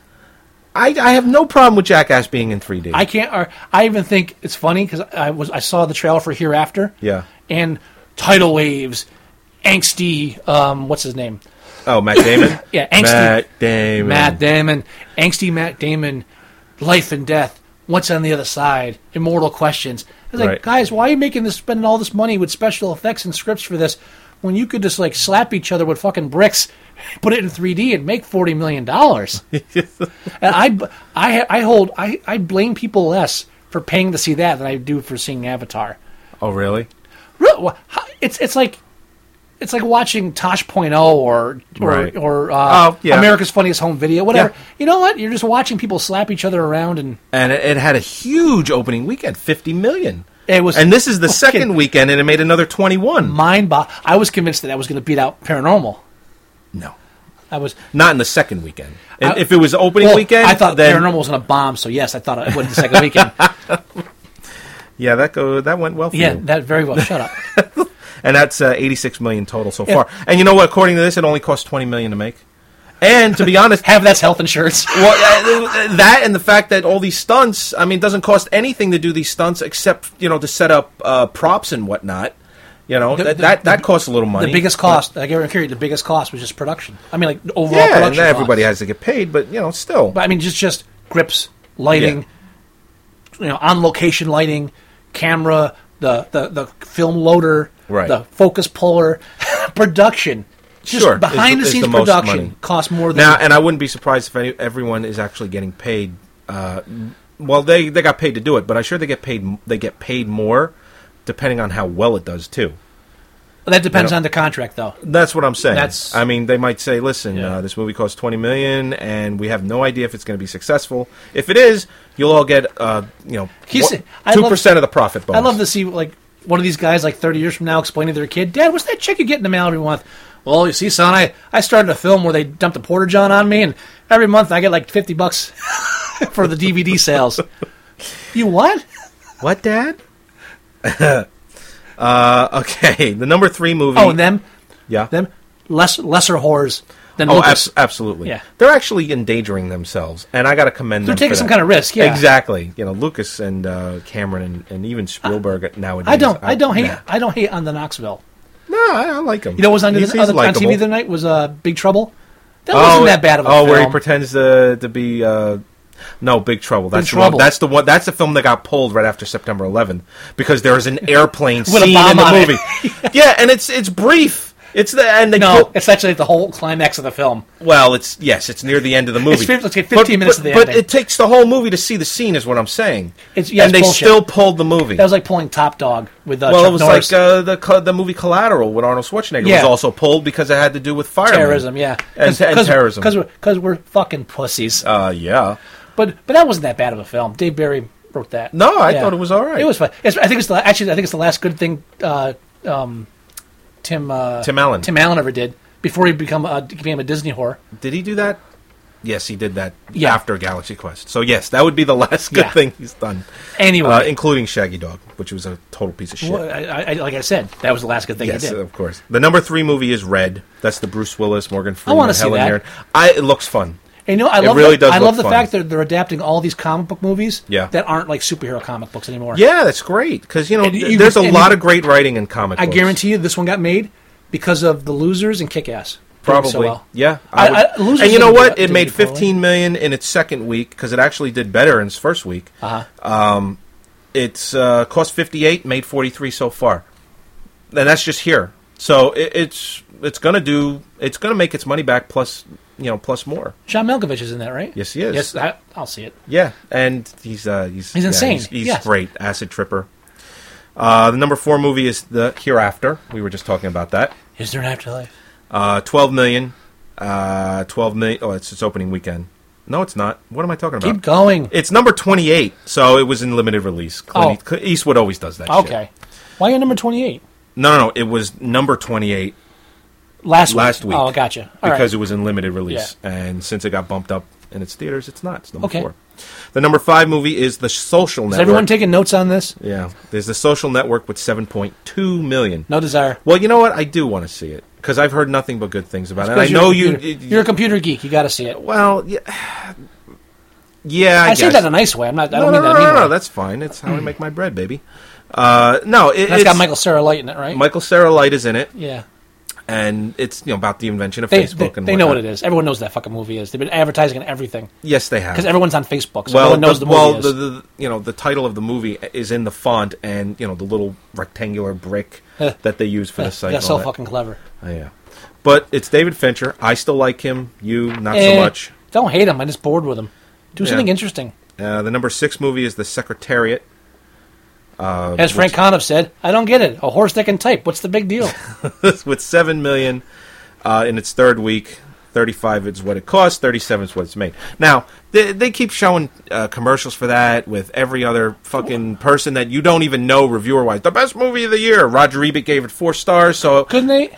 S3: I, I have no problem with Jackass being in 3D.
S4: I can't. Or I even think it's funny because I was I saw the trailer for Hereafter.
S3: Yeah.
S4: And tidal waves, angsty. Um, what's his name?
S3: oh, Matt Damon.
S4: Yeah, angsty.
S3: Matt Damon.
S4: Matt Damon. Angsty Matt Damon. Life and death. What's on the other side? Immortal questions. I was like,
S3: Right.
S4: guys, why are you making this spending all this money with special effects and scripts for this when you could just like slap each other with fucking bricks, put it in 3D and make forty million dollars? And I, I, I hold, I, I blame people less for paying to see that than I do for seeing Avatar.
S3: Oh, really?
S4: Really, wha- how- It's it's like, it's like watching Tosh.0 or or,
S3: Right.
S4: or uh,
S3: Oh, yeah.
S4: America's Funniest Home Video, whatever.
S3: Yeah.
S4: You know what? You're just watching people slap each other around and
S3: And it, it had a huge opening weekend, 50 million.
S4: It was
S3: and this is the
S4: fucking-
S3: second weekend, and it made another twenty-one.
S4: Mind bog. I was convinced that I was going to beat out Paranormal.
S3: no,
S4: I was.
S3: not in the second weekend. And
S4: I-
S3: if it was opening
S4: Well,
S3: weekend,
S4: I thought
S3: then
S4: Paranormal was going to bomb, so yes, I thought it went the second weekend.
S3: yeah, that go that went well for
S4: yeah,
S3: you.
S4: that very well. Shut up.
S3: and that's uh, 86 million total so
S4: Yeah.
S3: far. And you know what? According to this, it only cost 20 million to make. And to be honest,
S4: Have that's health insurance.
S3: well, uh, that and the fact that all these stunts, I mean, it doesn't cost anything to do these stunts except you know to set up uh, props and whatnot. You know that
S4: the-
S3: that, that costs a little money.
S4: The biggest cost, like Aaron Curie, the biggest cost was just production. I mean, like overall
S3: yeah, and
S4: production.
S3: everybody
S4: costs.
S3: has to get paid, but you know, still,
S4: But I mean, just just grips, lighting, you know, on location lighting, camera, the the, the film loader,
S3: Right.
S4: the focus puller, production. Just
S3: Sure, is the-
S4: behind
S3: is
S4: the scenes
S3: the most money.
S4: production costs more than
S3: now, and I wouldn't be surprised if any, everyone is actually getting paid. Uh, well, they they got paid to do it, but I'm sure they get paid m- they get paid more depending on how well it does too.
S4: that depends
S3: I don't-
S4: on the contract though.
S3: That's what I'm saying.
S4: That's-
S3: I mean, they might say, "Listen,
S4: Yeah.
S3: uh, this movie costs 20 million, and we have no idea if it's going to be successful. If it is, you'll all get, uh, you know,
S4: He's- I
S3: two
S4: love-
S3: percent of the profit bonus."
S4: I love to see like one of these guys like 30 years from now explaining to their kid, "Dad, what's that check you get in the mail every month?" Well, you see, son, I, I started a film where they dumped a porta john on me, and every month I get like 50 bucks for the DVD sales. you what?
S3: What, Dad? uh, okay, the number three movie.
S4: Oh, and them,
S3: yeah,
S4: them less lesser whores than
S3: Oh,
S4: Lucas.
S3: abs- absolutely.
S4: Yeah.
S3: They're actually endangering themselves, and I got to commend
S4: They're
S3: them. for
S4: taking
S3: that.
S4: some kind of risk, yeah.
S3: Exactly. You know, Lucas and uh, Cameron and, and even Spielberg nowadays. Oh,
S4: I don't, I don't hate,
S3: Nah.
S4: I don't hate on the Knoxville.
S3: No, I, I like him.
S4: You know what was on, the
S3: He's-
S4: other,
S3: he's
S4: on
S3: likable.
S4: TV the other night was uh, Big Trouble. That wasn't that bad of a
S3: oh, where he
S4: film.
S3: pretends to to be. Uh, no, Big Trouble. That's the
S4: Trouble.
S3: One, that's the one. That's the film that got pulled right after September 11th because there was an airplane
S4: a
S3: scene
S4: bomb
S3: in the
S4: on it.
S3: movie. yeah, and it's it's brief. It's the and they
S4: no,
S3: kill-
S4: it's actually the whole climax of the film.
S3: well, it's yes, it's near the end of the movie.
S4: fif- let's get 15
S3: But-
S4: minutes
S3: but,
S4: of the
S3: But
S4: ending.
S3: it takes the whole movie to see the scene, is what I'm saying.
S4: It's- yeah,
S3: and
S4: it's
S3: they
S4: bullshit.
S3: still pulled the movie.
S4: That was like pulling Top Dog with uh,
S3: well,
S4: Chuck
S3: it was
S4: Norris.
S3: like uh, the co- the movie Collateral with Arnold Schwarzenegger
S4: Yeah.
S3: was also pulled because it had to do with firemen.
S4: terrorism, yeah,
S3: uh, and, and terrorism.
S4: because we're because we're fucking pussies.
S3: uh, yeah,
S4: but but that wasn't that bad of a film. Dave Barry wrote that.
S3: No, I thought it was all right.
S4: It was fun. It's, I think it's the actually I think it's the last good thing uh, um, Tim uh,
S3: Tim Allen.
S4: Tim Allen ever did before he become uh, became a Disney whore.
S3: Did he do that? Yes, he did that
S4: Yeah.
S3: after Galaxy Quest. So yes, that would be the last good
S4: Yeah.
S3: thing he's done,
S4: Anyway,
S3: uh, including Shaggy Dog, which was a total piece of shit.
S4: well, I, I, like I said, that was the last good thing
S3: Yes, uh,
S4: he did.
S3: of course. The number three movie is Red. That's the Bruce Willis, Morgan Freeman,
S4: wanna see
S3: Helen
S4: that.
S3: Mirren. I it looks fun.
S4: And you know, I
S3: It
S4: love
S3: really
S4: the,
S3: does
S4: I love
S3: look
S4: the
S3: fun.
S4: fact that they're adapting all these comic book movies
S3: Yeah.
S4: that aren't like superhero comic books anymore.
S3: Yeah, that's great because you know
S4: And you-
S3: there's a
S4: and
S3: lot
S4: you-
S3: of great writing in comic.
S4: I
S3: books.
S4: guarantee you, this one got made because of the losers and Kick Ass.
S3: probably. Yeah,
S4: I,
S3: would-
S4: I, losers
S3: and you know
S4: didn't do
S3: what?
S4: that-
S3: It
S4: did
S3: made
S4: do poorly.
S3: 15 million in its second week because it actually did better in its first week.
S4: Uh-huh.
S3: It's uh, cost 58, made 43 so far, and that's just here. So it, it's it's gonna do. It's gonna make its money back plus you know plus more.
S4: John Malkovich is in that, right?
S3: Yes, he is.
S4: Yes, I, I'll see it.
S3: Yeah, and he's uh, he's
S4: He's
S3: yeah,
S4: insane.
S3: he's he's
S4: Yes.
S3: great. Acid Tripper. Uh, the number four movie is the Hereafter. We were just talking about that.
S4: Is there an afterlife?
S3: Uh, Twelve million. Uh, Twelve million. Oh, it's its opening weekend. No, it's not. What am I talking about?
S4: Keep going.
S3: It's number twenty-eight, so it was in limited release. Clint
S4: Oh.
S3: East- Eastwood always does that. shit.
S4: Okay. Why are you number twenty-eight?
S3: No, no, no. It was number twenty-eight
S4: Last week.
S3: Last week.
S4: Oh, gotcha. All right.
S3: because it was in limited release, and since it got bumped up in its theaters, it's not. It's number
S4: Okay.
S3: four. The number five movie is The Social Network.
S4: is everyone taking notes on this?
S3: Yeah, there's the social network with 7.2 million.
S4: No desire.
S3: Well, you know what? I do want to see it because I've heard nothing but good things about it. And I
S4: 'Cause you're a
S3: know you.
S4: computer- You're a computer geek. You got to see it.
S3: well, yeah, yeah. I,
S4: I, say
S3: guess.
S4: that in a nice way. I'm not. I
S3: no,
S4: don't
S3: no,
S4: mean
S3: no,
S4: that.
S3: no,
S4: mean
S3: no,
S4: way.
S3: That's fine. It's how I make my bread, baby. Uh, no, it,
S4: that's
S3: it's
S4: got Michael Sarah Light in it, right?
S3: Michael Sarah Light is in it,
S4: yeah.
S3: and it's you know about the invention of
S4: They, they,
S3: Facebook. and
S4: they know what
S3: whatnot.
S4: it is. Everyone knows what that fucking movie is. They've been advertising on everything
S3: Yes, they have.
S4: because everyone's on Facebook. So
S3: well,
S4: everyone knows
S3: the,
S4: the, movie
S3: well,
S4: is.
S3: the, the you know the title of the movie is in the font, and you know the little rectangular brick
S4: Huh.
S3: that they use for the site. and
S4: that's so
S3: all that.
S4: fucking clever.
S3: Oh, yeah. But it's David Fincher. I still like him. You, not
S4: Eh,
S3: so much.
S4: Don't hate him. I'm just bored with him. Do
S3: Yeah.
S4: something interesting.
S3: Uh, the number six movie is The Secretariat. Oh,
S4: As Frank Conniff said, I don't get it. A horse that can type. What's the big deal?
S3: with seven million uh, in its third week. 35 is what it costs, 37 is what it's made. Now, they, they keep showing uh, commercials for that with every other fucking person that you don't even know reviewer wise. The best movie of the year. Roger Ebert gave it four stars, so
S4: Couldn't they?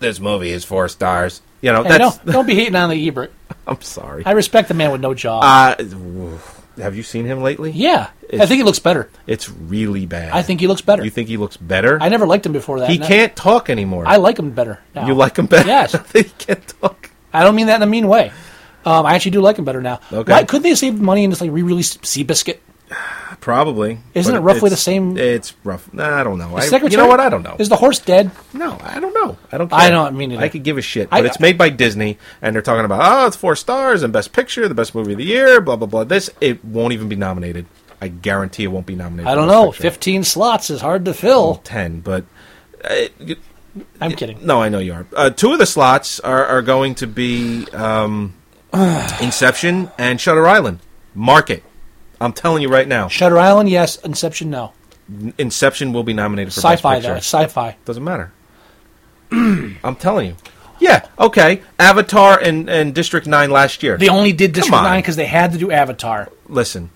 S3: this movie is four stars. You know,
S4: Hey, no,
S3: that's.
S4: don't be hating on the Ebert.
S3: I'm sorry.
S4: I respect the man with no jaw.
S3: Uh, oof. have you seen him lately?
S4: yeah, I
S3: it's-
S4: think he looks better.
S3: It's really bad.
S4: I think he looks better.
S3: You think he looks better?
S4: I never liked him before that.
S3: He
S4: and I-
S3: can't talk anymore.
S4: I like him better. Now.
S3: You like him better?
S4: Yes.
S3: he can't talk.
S4: I don't mean that in a mean way. Um, I actually do like him better now.
S3: Okay.
S4: Why couldn't they save money and just like re-release Seabiscuit?
S3: Probably.
S4: Isn't
S3: But
S4: it roughly
S3: it's-
S4: the same-
S3: It's rough. Nah, I don't know. I,
S4: Secretary?
S3: you know what? I don't know.
S4: Is the horse dead?
S3: No, I don't know. I don't. Care.
S4: I don't mean it.
S3: I could give a shit.
S4: I-
S3: But it's made by Disney, and they're talking about oh, it's four stars and best picture, the best movie of the year, blah blah blah. This it won't even be nominated. I guarantee it won't be nominated.
S4: I
S3: for
S4: don't
S3: Best
S4: know.
S3: Picture.
S4: Fifteen slots is hard to fill.
S3: ten, but Mm,
S4: I'm kidding.
S3: no, I know you are. Uh, two of the slots are, are going to be um, Inception and Shutter Island. Mark it. I'm telling you right now,
S4: Shutter Island, yes. Inception, no.
S3: Inception will be nominated for Best
S4: Sci-fi
S3: Picture.
S4: though. It's sci-fi.
S3: Doesn't matter. I'm telling you. Yeah. Okay. Avatar and, and District Nine last year.
S4: They only did District
S3: Come on.
S4: Nine because they had to do Avatar.
S3: Listen,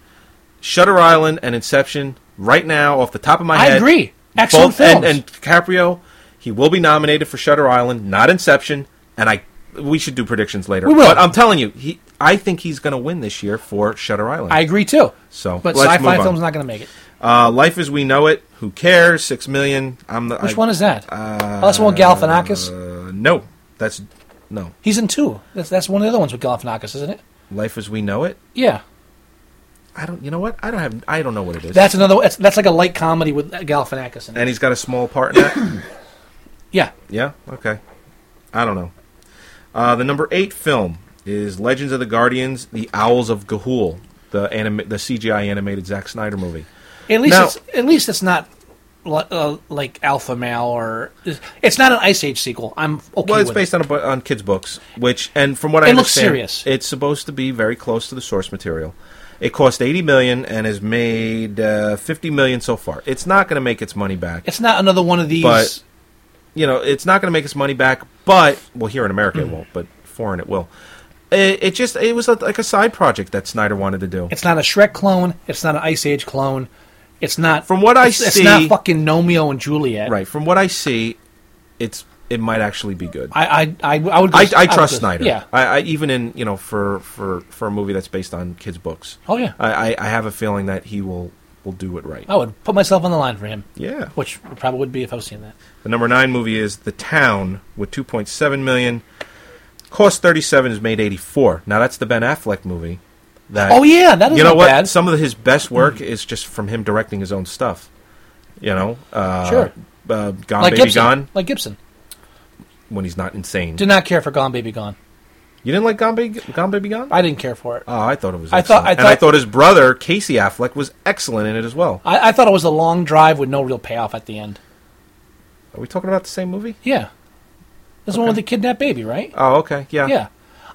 S3: Shutter Island and Inception. Right now, off the top of my
S4: I
S3: head,
S4: agree. Excellent
S3: both and,
S4: films.
S3: and DiCaprio, he will be nominated for Shutter Island, not Inception. And I, we should do predictions later.
S4: We will.
S3: But I'm telling you, he, I think he's going to win this year for Shutter Island.
S4: I agree too.
S3: So,
S4: but
S3: let's
S4: sci-fi
S3: move on.
S4: film's not going to make it.
S3: uh, Life as we know it. Who cares? Six million. I'm the.
S4: Which
S3: I-
S4: one is that?
S3: Uh,
S4: oh, that's the one with Galifianakis.
S3: Uh, no, that's no.
S4: He's in two. That's that's one of the other ones with Galifianakis, isn't it?
S3: Life as we know it.
S4: Yeah.
S3: I don't. You know what? I don't have. I don't know what it is.
S4: That's another. That's, that's like a light comedy with Galifianakis in it.
S3: and he's got a small part in that.
S4: Yeah.
S3: yeah. Okay. I don't know. Uh, the number eight film is Legends of the Guardians: The Owls of Gahul, the anima- the CGI animated Zack Snyder movie.
S4: At least
S3: Now-
S4: it's at least it's not li- uh, like Alpha Male or it's not an Ice Age sequel. I'm okay
S3: Well, it's
S4: with
S3: based on a bu- on kids' books, which and from what I
S4: It looks
S3: understand,
S4: serious.
S3: it's supposed to be very close to the source material. It cost eighty million and has made uh, fifty million so far. It's not going to make its money back.
S4: it. It's not another one of these.
S3: But- you know, it's not going to make its money back, but well, here in America
S4: Mm.
S3: it won't, but foreign it will. It, it just it was a, like a side project that Snyder wanted to do.
S4: it's not a Shrek clone. It's not an Ice Age clone. It's not.
S3: From what I
S4: it's, it's
S3: see-
S4: not fucking Romeo and Juliet.
S3: Right, from what I see, it's it might actually be good. I,
S4: I I I, I would. Go,
S3: I,
S4: would
S3: trust
S4: go-
S3: Snyder.
S4: Yeah.
S3: I, I even in you know for for for a movie that's based on kids' books.
S4: Oh, yeah.
S3: I, I, I have a feeling that he will will do it right.
S4: I would put myself on the line for him,
S3: Yeah.
S4: which probably would be if I was seeing that.
S3: The number nine movie is The Town with 2.7 million. Cost 37 is made 84. Now that's the Ben Affleck movie. That
S4: Oh, yeah, that is
S3: you know
S4: not
S3: what?
S4: bad. Hmm.
S3: Some of his best work is just from him directing his own stuff. You know, uh,
S4: Sure.
S3: Uh, Gone
S4: like
S3: Baby
S4: Gibson.
S3: Gone
S4: Like Gibson.
S3: when he's not insane.
S4: Did not care for Gone Baby Gone.
S3: you didn't like Gone Baby Gone? Baby Gone?
S4: I didn't care for it.
S3: oh, I thought it was.
S4: I thought-
S3: excellent.
S4: I
S3: and I
S4: thought-
S3: thought his brother Casey Affleck was excellent in it as well.
S4: I, I thought it was a long drive with no real payoff at the end.
S3: Are we talking about the same movie?
S4: Yeah. That's the one with the kidnapped baby, right?
S3: Oh, okay, yeah,
S4: yeah.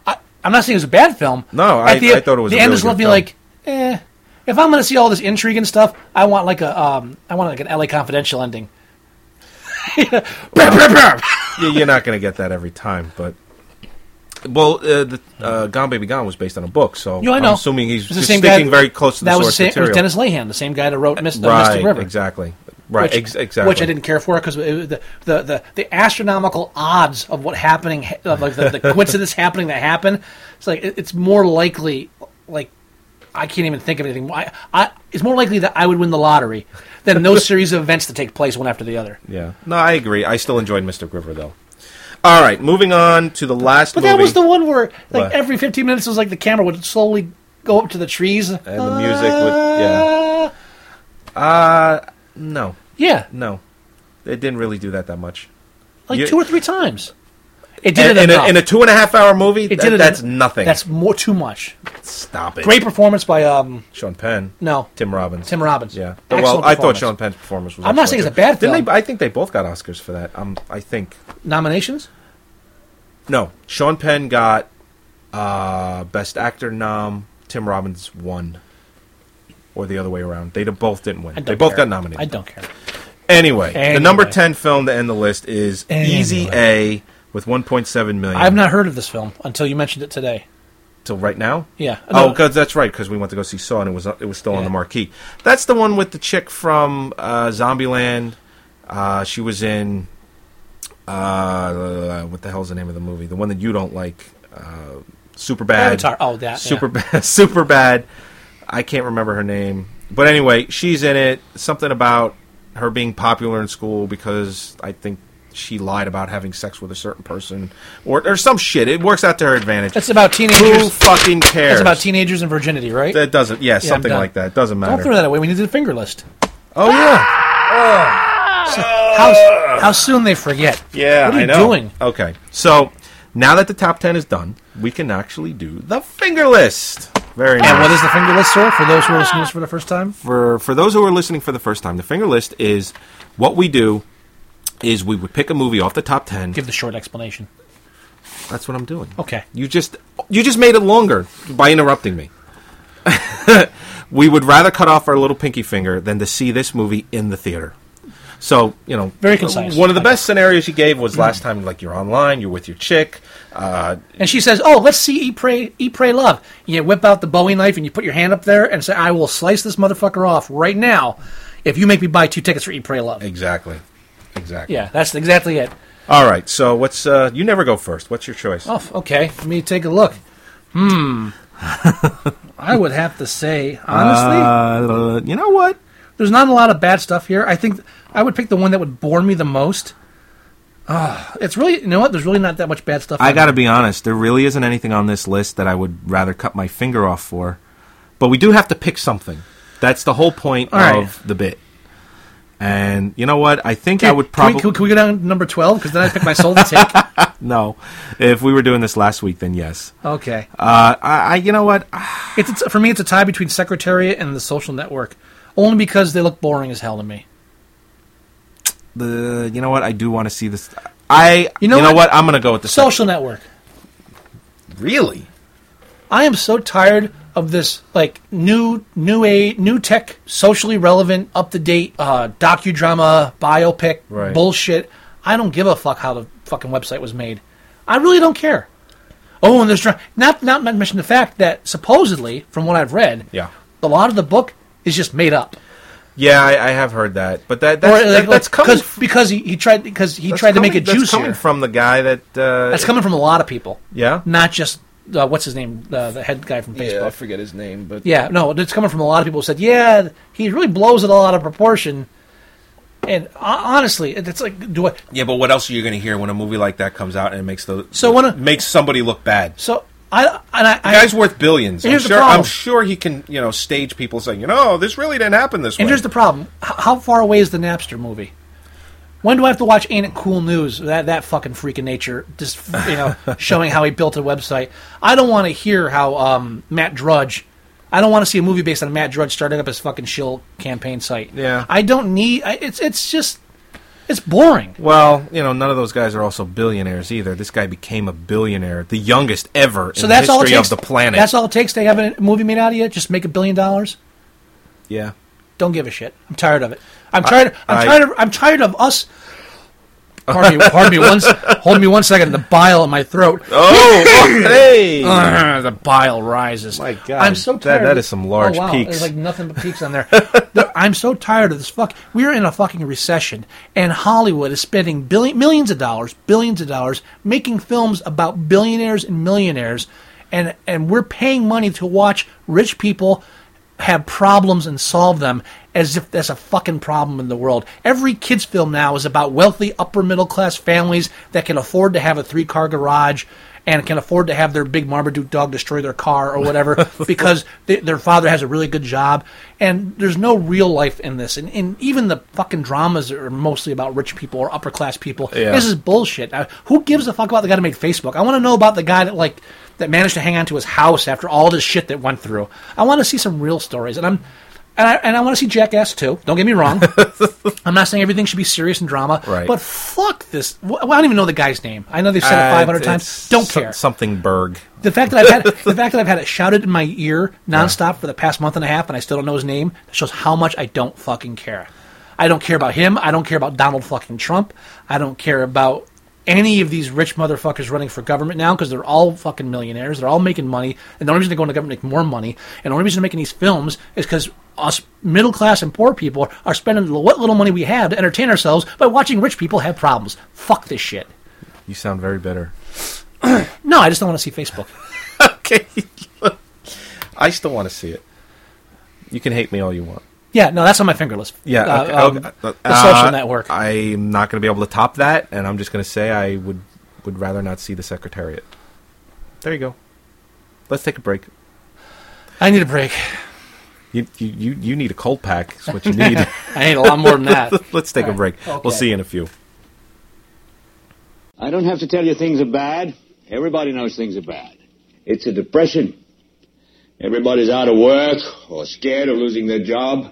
S4: I, I'm not saying it was a bad film.
S3: No,
S4: At
S3: I- I thought it was
S4: The
S3: a
S4: end
S3: really
S4: just
S3: good
S4: left me
S3: film.
S4: like, eh. If I'm going to see all this intrigue and stuff, I want like a, um, I want like an LA Confidential ending.
S3: Y- You're not going to get that every time, but well, uh, the uh, Gone Baby Gone was based on a book, so
S4: You know, I
S3: I'm
S4: know.
S3: assuming he's
S4: It's the
S3: just
S4: same
S3: sticking
S4: guy-
S3: very close to the
S4: that was the
S3: source
S4: same, it
S3: material.
S4: was Dennis Lehan, the same guy that wrote Mist, uh,
S3: right,
S4: Mystic River,
S3: exactly. Right,
S4: which,
S3: ex- exactly.
S4: which I didn't care for because the, the the the astronomical odds of what happening, of like the, the coincidence happening that happened, it's like it- it's more likely, like I can't even think of anything. I, I it's more likely that I would win the lottery than those series of events to take place one after the other.
S3: Yeah, no, I agree. I still enjoyed Mr. River though. All right, moving on to the last.
S4: But
S3: movie.
S4: that was the one where like
S3: What?
S4: every fifteen minutes it was like the camera would slowly go up to the trees and
S3: the music would- yeah. Uh, no,
S4: yeah,
S3: no, it didn't really do that that much.
S4: like
S3: You-
S4: two or three times. It did
S3: In,
S4: it
S3: in a,
S4: enough.
S3: in a two and a half hour movie,
S4: it
S3: that-
S4: did it
S3: that's
S4: en-
S3: nothing.
S4: That's more too much.
S3: Stop it.
S4: Great performance by um
S3: Sean Penn.
S4: no
S3: Tim Robbins.
S4: Tim Robbins.
S3: Yeah.
S4: Excellent
S3: well, I thought
S4: performance.
S3: Sean Penn's performance was.
S4: I'm not saying it's a
S3: excellent,
S4: bad
S3: too.
S4: film.
S3: Didn't They, I think they both got Oscars for that. Um, I think
S4: nominations.
S3: no. Sean Penn got uh, best actor nom. Tim Robbins won, or the other way around. They d- both didn't win.
S4: I don't
S3: They both
S4: care.
S3: got nominated.
S4: I don't care.
S3: Anyway,
S4: Anyway.
S3: the number ten film to end the list is Easy A with 1.7 million.
S4: I've not heard of this film until you mentioned it today.
S3: till right now.
S4: Yeah.
S3: Oh,
S4: No.
S3: because that's right. Because we went to go see Saw, and it was it was still on
S4: Yeah.
S3: the marquee. That's the one with the chick from uh, Zombieland. Uh, she was in. Uh, what the hell's the name of the movie? The one that you don't like, uh, Super Bad.
S4: Avatar. Oh, that, yeah.
S3: Super Bad. Super Bad. I can't remember her name, but anyway, she's in it. Something about her being popular in school because I think she lied about having sex with a certain person or or some shit. It works out to her advantage.
S4: It's about
S3: Who
S4: teenagers.
S3: fucking cares?
S4: It's about teenagers and virginity, right?
S3: That doesn't. Yeah,
S4: Yeah, I'm
S3: something
S4: done.
S3: like that. Doesn't
S4: Don't throw
S3: matter.
S4: that away. We need the finger list.
S3: Oh yeah.
S4: How, how soon they forget.
S3: Yeah.
S4: What are
S3: I
S4: you
S3: know.
S4: doing?
S3: Okay. So now that the top ten is done, we can actually do the finger list. Very nice.
S4: And what is the finger list, sir? For those who are listening to this for the first time,
S3: for for those who are listening for the first time, the finger list is what we do. Is we would pick a movie off the top ten.
S4: give the short explanation.
S3: That's what I'm doing.
S4: Okay.
S3: You just you just made it longer by interrupting me. we would rather cut off our little pinky finger than to see this movie in the theater. So you know,
S4: Very concise. Mm-hmm.
S3: One of the
S4: I-
S3: best scenarios you gave was last time, like you're online, you're with your chick. Uh,
S4: And she says, "Oh, let's see, eat, pray, eat, pray, love." You whip out the Bowie knife and you put your hand up there and say, "I will slice this motherfucker off right now if you make me buy two tickets for Eat, Pray, Love."
S3: exactly, exactly.
S4: Yeah, that's exactly it.
S3: All right. So what's uh, you never go first? What's your choice?
S4: Oh, okay. Let me take a look. Hmm. I would have to say, honestly,
S3: Uh, you know what?
S4: there's not a lot of bad stuff here. I think I would pick the one that would bore me the most. Ah, it's really, you know what? There's really not that much bad stuff.
S3: I
S4: on
S3: got to
S4: here.
S3: be honest. There really isn't anything on this list that I would rather cut my finger off for. But we do have to pick something. That's the whole point
S4: All right.
S3: of the bit. And you know what? I think I
S4: Okay, can we-
S3: would probably
S4: can, we, can we go down to number twelve? Because then I pick my soul to take.
S3: no. If we were doing this last week, then yes.
S4: Okay.
S3: Uh, I, I you know what? Ah,
S4: It's, it's for me. It's a tie between Secretariat and The Social Network, only because they look boring as hell to me.
S3: The you know what? I do want to see this. I
S4: You
S3: you
S4: know
S3: know,
S4: what?
S3: what? I'm gonna go with the
S4: Social Network.
S3: Really?
S4: I am so tired of this like new new a new tech socially relevant up to date uh, docudrama biopic
S3: Right.
S4: bullshit. I don't give a fuck how the fucking website was made. I really don't care. Oh, and there's dra- not not to mention the fact that supposedly, from what I've read,
S3: Yeah.
S4: a lot of the book is just made up.
S3: Yeah, I, I have heard that. But
S4: Or
S3: that that's, that-
S4: like,
S3: that's
S4: like,
S3: coming.
S4: 'cause- because he, he tried because he
S3: that's
S4: tried to
S3: coming-
S4: make it
S3: that's
S4: juicier.
S3: coming from the guy that. Uh,
S4: That's coming from a lot of people.
S3: Yeah?
S4: Not just uh, what's his name, uh, the head guy from Facebook.
S3: forget his name, but
S4: Yeah, no, it's coming from a lot of people who said, yeah, he really blows it all out of proportion. And uh, honestly, it's like, do I?
S3: Yeah, but what else are you going to hear when a movie like that comes out and it makes the
S4: So when a-
S3: makes somebody look bad?
S4: So I and I,
S3: The
S4: I
S3: guy's worth billions.
S4: Here's the
S3: I'm sure.
S4: problem.
S3: I'm sure he can, you know, stage people saying, you know, this really didn't happen this
S4: and
S3: way.
S4: here's the problem: H- how far away is the Napster movie? When do I have to watch Ain't It Cool News? That that fucking freak of nature, just you know, showing how he built a website. I don't want to hear how um, Matt Drudge. I don't want to see a movie based on Matt Drudge starting up his fucking shill campaign site.
S3: Yeah.
S4: I don't need. I, it's it's just it's boring.
S3: well, you know, none of those guys are also billionaires either. This guy became a billionaire, the youngest ever
S4: So
S3: in
S4: that's
S3: the
S4: all it
S3: history
S4: takes.
S3: of the planet.
S4: That's all it takes to have a movie made out of you. Just make a billion dollars.
S3: yeah.
S4: Don't give a shit. I'm tired of it. I'm tired. I,
S3: I-
S4: am tired of. I'm tired of us. Pardon me. Pardon me. One. s- Hold me one second. The bile in my throat.
S3: Oh, hey.
S4: Ugh, the bile rises.
S3: My God.
S4: I'm so
S3: That-
S4: tired.
S3: that
S4: of-
S3: is some large
S4: oh, wow.
S3: peaks.
S4: There's like nothing but peaks on there. There- I'm so tired of this fuck. We're in a fucking recession, and Hollywood is spending billion, millions of dollars, billions of dollars, making films about billionaires and millionaires, and and we're paying money to watch rich people have problems and solve them as if that's a fucking problem in the world. Every kids film now is about wealthy upper middle class families that can afford to have a three car garage and can afford to have their big Marmaduke dog destroy their car or whatever because th- their father has a really good job. And there's no real life in this. And, and even the fucking dramas are mostly about rich people or upper class people.
S3: Yeah.
S4: This is bullshit. Uh, who gives a fuck about the guy that made Facebook? I want to know about the guy that like that managed to hang on to his house after all this shit that went through. I want to see some real stories, and I'm. And I, and I want to see Jackass too. Don't get me wrong. I'm not saying everything should be serious and drama,
S3: Right.
S4: but fuck this. Well, I don't even know the guy's name. I know they've said it
S3: Uh,
S4: 500
S3: it's-
S4: times.
S3: it's
S4: Don't
S3: some-
S4: care.
S3: Something Berg.
S4: The fact that I've had the fact that I've had it shouted in my ear nonstop for the past month and a half, and I still don't know his name, shows how much I don't fucking care. I don't care about him. I don't care about Donald fucking Trump. I don't care about any of these rich motherfuckers running for government now because they're all fucking millionaires. They're all making money, and the only reason they're going to government to make more money, and the only reason they're making these films is because us middle class and poor people are spending what little money we have to entertain ourselves by watching rich people have problems. Fuck this shit.
S3: You sound very bitter.
S4: No, I just don't want to see Facebook.
S3: Okay. I still want to see it. You can hate me all you want.
S4: Yeah, no, that's on my finger list.
S3: Yeah,
S4: Uh,
S3: okay,
S4: um,
S3: okay.
S4: the social
S3: Uh,
S4: network.
S3: I'm not going to be able to top that, and I'm just going to say I would would rather not see the Secretariat. There you go. Let's take a break.
S4: I need a break.
S3: You you you, you need a cold pack. Is what you need.
S4: I need a lot more than that.
S3: Let's take a break. We'll
S4: Okay.
S3: see you in a few.
S5: I don't have to tell you things are bad. Everybody knows things are bad. It's a depression. Everybody's out of work or scared of losing their job.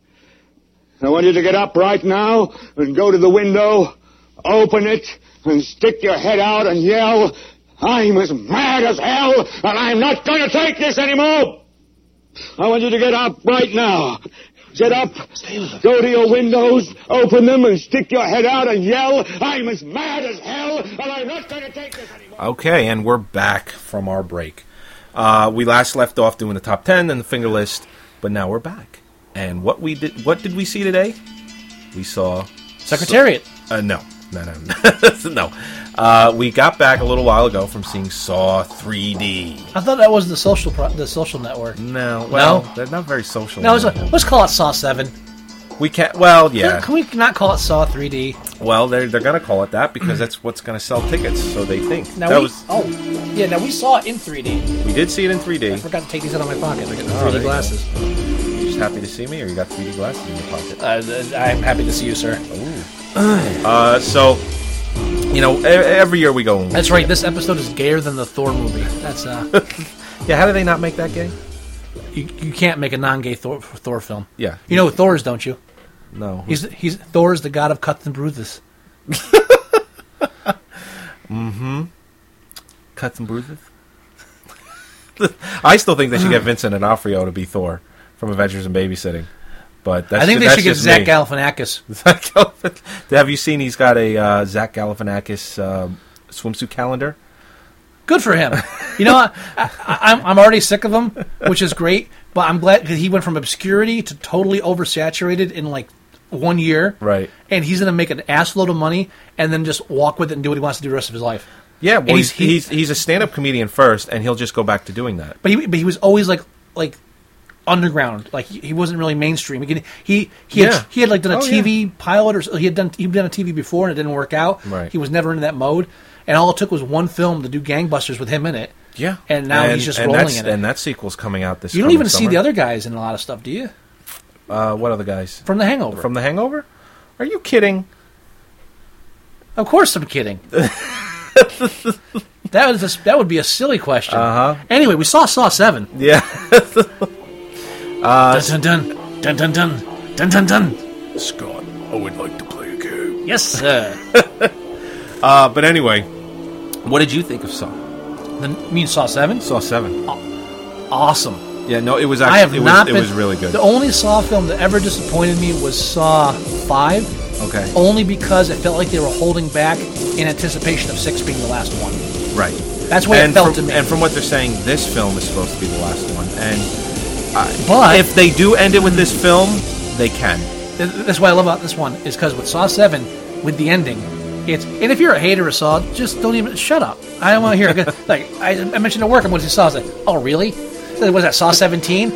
S5: I want you to get up right now and go to the window, open it, and stick your head out and yell, I'm as mad as hell, and I'm not going to take this anymore! I want you to get up right now. Get up, go to your windows, open them, and stick your head out and yell, I'm as mad as hell, and I'm not going to take this anymore!
S3: Okay, and we're back from our break. Uh, we last left off doing the top ten and the finger list, but now we're back. And what we did, what did we see today? We saw
S4: Secretariat.
S3: Uh, no, no, no, no. no. Uh, we got back a little while ago from seeing Saw 3D.
S4: I thought that was the social pro- the social network.
S3: No,
S4: well,
S3: well, they're not very social.
S4: No, it's a, let's call it Saw Seven.
S3: we can't. Well, yeah.
S4: Can we not call it Saw 3D?
S3: Well, they're they're gonna call it that because that's what's gonna sell tickets. So they think
S4: Now
S3: that
S4: we,
S3: was.
S4: oh yeah, now we saw it in 3D.
S3: We did see it in
S4: I
S3: 3D.
S4: forgot to take these out of my pocket. I got the 3D
S3: Oh, there you go.
S4: glasses.
S3: You just happy to see me, or you got 3D glasses in your pocket?
S4: Uh, th- I'm happy to see you, sir.
S3: Uh, so, you know, e- every year we go.
S4: That's right. This episode is gayer than the Thor movie. That's uh,
S3: Yeah, how do they not make that gay?
S4: you, you can't make a non-gay Thor, Thor film.
S3: Yeah.
S4: You know who Thor is, don't you?
S3: No.
S4: He's he's Thor is the god of cuts and bruises.
S3: cuts and bruises. I still think they should get Vincent D'Onofrio to be Thor from Adventures in Babysitting, but that's
S4: I think
S3: ju-
S4: they
S3: that's
S4: should get
S3: just
S4: Zach
S3: me.
S4: Galifianakis.
S3: Zach Galif- Have you seen he's got a uh, Zach Galifianakis um swimsuit calendar?
S4: Good for him. You know, I, I, I'm I'm already sick of him, which is great. But I'm glad that he went from obscurity to totally oversaturated in like one year.
S3: Right.
S4: And he's going to make an ass load of money and then just walk with it and do what he wants to do the rest of his life.
S3: Yeah, well,
S4: he's-
S3: he's, he's he's a stand-up comedian first, and he'll just go back to doing that.
S4: But he but he was always like like underground. Like he, he wasn't really mainstream. He could- he he
S3: Yeah.
S4: had, he had like done a
S3: Oh,
S4: TV pilot or so- he had done he'd done a TV before and it didn't work out.
S3: Right.
S4: He was never into that mode. And all it took was one film to do gangbusters with him in it. And now he's just rolling
S3: that's-
S4: in it.
S3: And that sequel's coming out this.
S4: You don't
S3: coming
S4: even see
S3: summer.
S4: the other guys in a lot of stuff, do you?
S3: Uh, what other guys
S4: From The Hangover.
S3: from The Hangover? Are you kidding?
S4: of course, I'm kidding. that was a, that would be a silly question.
S3: Uh-huh.
S4: Uh huh. Anyway, we saw Saw Seven.
S3: Yeah. Uh,
S4: dun dun dun dun dun dun dun dun dun.
S1: Scott, I would like to play a game.
S4: Yes, sir.
S3: Uh, but anyway, what did you think of Saw?
S4: the, you mean Saw Seven?
S3: Saw Seven.
S4: Awesome.
S3: Yeah, no, it was. Actually,
S4: I have
S3: it
S4: not
S3: Was,
S4: been.
S3: it was really good.
S4: The only Saw film that ever disappointed me was Saw Five,
S3: Okay.
S4: Only because it felt like they were holding back in anticipation of six being the last one.
S3: Right.
S4: That's what it
S3: and
S4: felt
S3: from,
S4: to me.
S3: And from what they're saying, this film is supposed to be the last one. And
S4: But
S3: if they do end it with this film, they can.
S4: Th- That's what I love about this one is because with Saw Seven, with the ending, it's and if you're a hater of Saw, just don't even shut up. I don't want to hear. it. 'Cause, like I, I mentioned at work, I'm going to see Saw. I was like, oh really? So, Was that Saw 17?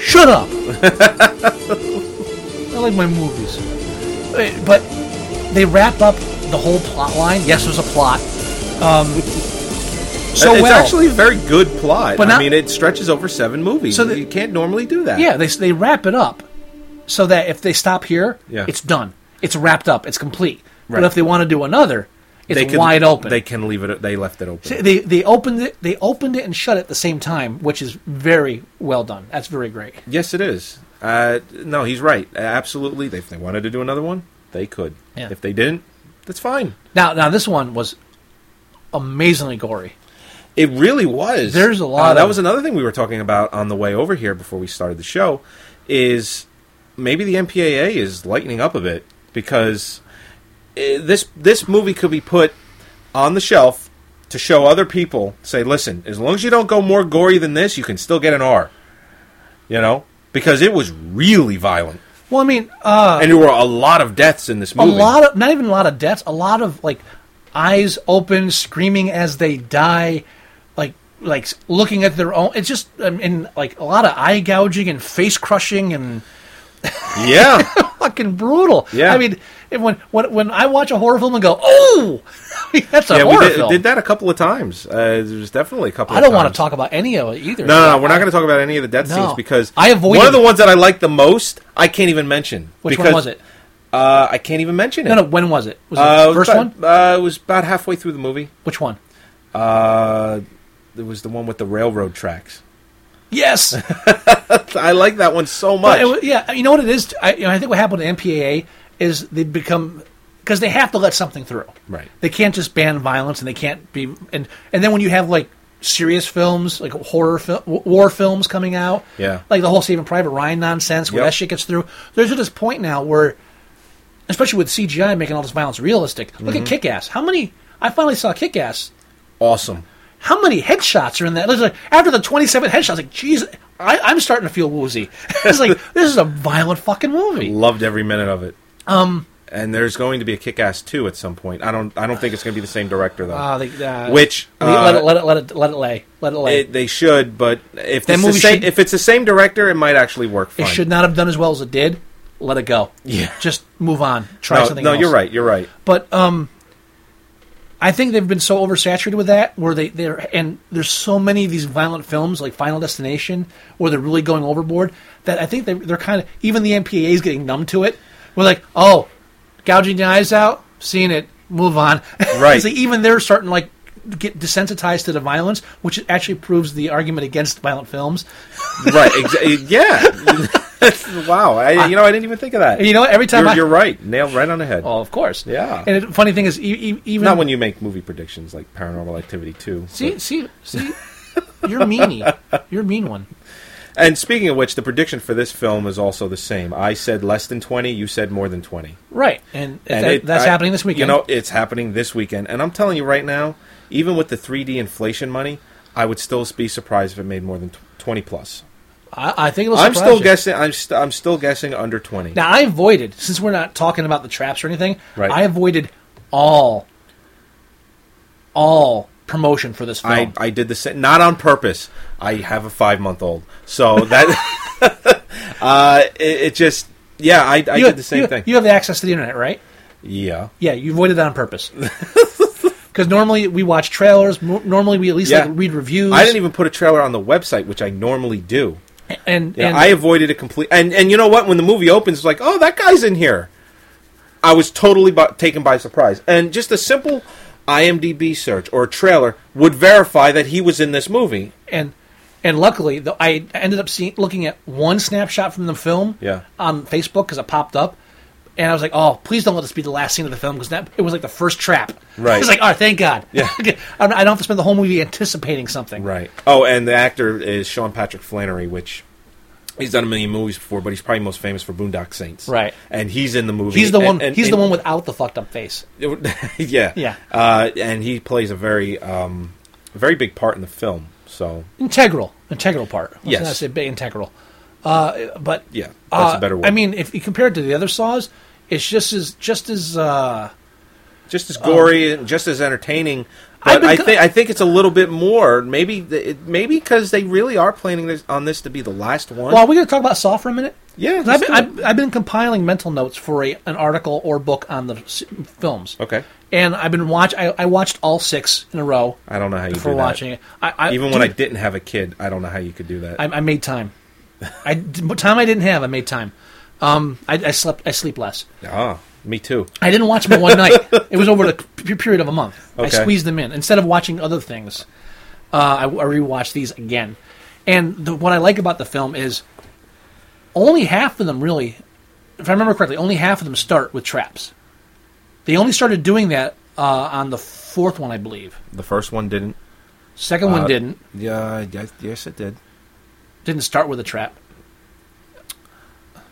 S4: Shut up. I like my movies, Uh, but they wrap up the whole plot line. Yes, there's a plot. Um, so
S3: it's
S4: well.
S3: actually a very good plot.
S4: But
S3: I
S4: not-
S3: mean, it stretches over seven movies.
S4: So the-
S3: you can't normally do that.
S4: Yeah, they they wrap it up so that if they stop here,
S3: Yeah.
S4: it's done. It's wrapped up. It's complete.
S3: Right.
S4: But if they want to do another, it's
S3: they can,
S4: wide open.
S3: They can leave it. They left it open.
S4: they they opened it. They opened it and shut it at the same time, which is very well done. That's very great.
S3: yes, it is. Uh, no, he's right. Absolutely. If they wanted to do another one, they could.
S4: Yeah.
S3: If they didn't, that's fine.
S4: Now now this one was amazingly gory.
S3: It really was.
S4: There's a lot
S3: Uh, that
S4: of-
S3: was another thing we were talking about on the way over here before we started the show. Is maybe the MPAA is lightening up a bit because eh, this this movie could be put on the shelf to show other people. Say, listen, as long as you don't go more gory than this, you can still get an R. You know, because it was really violent,
S4: Well, I mean, uh,
S3: and there were a lot of deaths in this
S4: a
S3: movie.
S4: lot of not even a lot of deaths. A lot of like eyes open, screaming as they die, like like looking at their own. It's just I mean, like a lot of eye gouging and face crushing and.
S3: yeah.
S4: fucking brutal.
S3: Yeah.
S4: I mean, and when when when I watch a horror film and go, oh, that's a
S3: Yeah, we
S4: horror
S3: did,
S4: film.
S3: did that a couple of times. Uh, there's definitely a couple.
S4: I
S3: of
S4: don't want
S3: times.
S4: to talk about any of it either.
S3: No, no, no, we're not going to talk about any of the death
S4: No.
S3: scenes because
S4: I avoided-
S3: one of the ones that I like the most. I can't even mention
S4: Which
S3: because,
S4: one was it?
S3: Uh, I can't even mention it.
S4: No, no. When was it? Was it
S3: Uh, it
S4: the
S3: was
S4: first
S3: about-
S4: one?
S3: Uh, it was about halfway through the movie.
S4: Which one?
S3: Uh, it was the one with the railroad tracks.
S4: Yes.
S3: I like that one so
S4: But
S3: much.
S4: it wa- yeah, you know what it is. I, you know, I think what happened to MPAA is they become because they have to let something through.
S3: Right.
S4: They can't just ban violence, and they can't be and and then when you have like serious films like horror fil- war films coming out,
S3: Yeah.
S4: like the whole Saving Private Ryan nonsense, where
S3: Yep.
S4: that shit gets through. There's this point now where, especially with CGI making all this violence realistic. Look
S3: Mm-hmm.
S4: at Kick Ass. How many? I finally saw Kick Ass
S3: awesome.
S4: how many headshots are in that? It was like, after the 27 headshots, like, geez, I, I'm starting to feel woozy. it's like, this is a violent fucking movie.
S3: Loved every minute of it. Um, and there's going to be a Kick-Ass two at some point. I don't. I don't think it's going to be Ah, the same director though.
S4: Uh, they, uh,
S3: Which
S4: let, let
S3: uh,
S4: it, let, it, let, it, let it lay. Let it lay.
S3: it-
S4: It,
S3: they should, but if
S4: That
S3: it's the
S4: movie
S3: same,
S4: should-
S3: if it's the same director, it might actually work. Fine.
S4: should not have done as well as it did. Let it go.
S3: Yeah.
S4: Just move on. Try
S3: No,
S4: something
S3: no,
S4: else.
S3: you're right. You're right.
S4: But um, I think they've been so oversaturated with that, where they they're and there's so many of these violent films like Final Destination, where they're really going overboard. That I think they they're kind of even the MPAA is getting numb to it. We're like, oh, gouging the eyes out, seeing it, move on.
S3: Right.
S4: so even they're starting like get desensitized to the violence, which actually proves the argument against violent films.
S3: right. Exa- eh, yeah. wow. I, you know, I didn't even think of that.
S4: And you know, what? every time
S3: you're,
S4: I,
S3: you're right. Nailed right on the head.
S4: oh, of course,
S3: Yeah.
S4: And it, funny thing is, e- e- even
S3: Not when you make movie predictions like Paranormal Activity 2.
S4: See, see, see. You're meanie. You're a mean one.
S3: And speaking of which, the prediction for this film is also the same. I said less than 20, you said more than 20.
S4: Right. And,
S3: And
S4: that,
S3: it-
S4: that's
S3: I-
S4: happening this weekend.
S3: You know, it's happening this weekend. And I'm telling you right now, even with the 3D inflation money, I would still be surprised if it made more than tw- 20 plus.
S4: I, I think it'll
S3: I'm
S4: surprise
S3: still
S4: you.
S3: guessing I'm, st- I'm still guessing under 20.
S4: Now, I avoided, since we're not talking about the traps or anything,
S3: Right.
S4: I avoided all, all promotion for this film.
S3: I, I did the same, not on purpose. I have a five month old, so that uh, it, it just yeah. I, I did the same
S4: you,
S3: thing.
S4: You have access to the internet, right?
S3: yeah,
S4: Yeah, you avoided that on purpose. Because normally we watch trailers. mo- Normally we at least
S3: yeah.
S4: like, read reviews.
S3: I didn't even put a trailer on the website, which I normally do.
S4: even. And,
S3: Yeah,
S4: and
S3: I avoided a complete. And and you know what? When the movie opens, it's like, oh, that guy's in here. I was totally bu- taken by surprise, and just a simple IMDb search or trailer would verify that he was in this movie.
S4: and and luckily though i ended up seeing looking at one snapshot from the film
S3: Yeah.
S4: on facebook because it popped up and i was like oh please don't let this be the last scene of the film because that it was like the first trap
S3: Right.
S4: it's like oh thank god
S3: Yeah.
S4: i don't- I don't have to spend the whole movie anticipating something
S3: Right. Oh, and the actor is Sean Patrick Flannery, which He's done a million movies before, but he's probably most famous for Boondock Saints.
S4: Right.
S3: And he's in the movie.
S4: He's the
S3: and-
S4: one.
S3: and-
S4: he's the
S3: and-
S4: one without the fucked up face.
S3: It would- yeah,
S4: Yeah.
S3: uh, and he plays a very, um, a very big part in the film. So
S4: Integral, integral part. Let's
S3: Yes.
S4: not say big integral. Uh, but
S3: Yeah, that's a
S4: uh,
S3: better word.
S4: I mean, if you compare it to the other saws, it's just as just as. Uh,
S3: just as gory, and just as entertaining.
S4: um, I've
S3: But
S4: been
S3: I
S4: co-
S3: think I think it's a little bit more. Maybe th- it, maybe because they really are planning this on this to be the last one.
S4: well, are we going to talk about saw for a minute?
S3: Yeah,
S4: 'Cause
S3: let's
S4: I've been,
S3: do it.
S4: I've, I've been compiling mental notes for a, an article or book on the s- films.
S3: Okay.
S4: And I've been watch. I, I watched all six in a row.
S3: I don't know how you
S4: before
S3: do that.
S4: watching it. I, I,
S3: Even when I
S4: dude,
S3: didn't have a kid, I don't know how you could do that.
S4: I, I made time. I d- what time I didn't have. I made time. Um, I, I slept. I sleep less.
S3: ah, me too.
S4: I didn't watch them in one night. It was over the p- period of a month. I
S3: Okay.
S4: squeezed them in instead of watching other things. Uh, I, I rewatched these again, and the, what I like about the film is only half of them really, if I remember correctly, only half of them start with traps. They only started doing that uh, on the fourth one, I believe.
S3: The first one didn't.
S4: Second
S3: Uh,
S4: one didn't
S3: Yeah, yes, yes, it did.
S4: didn't start with a trap.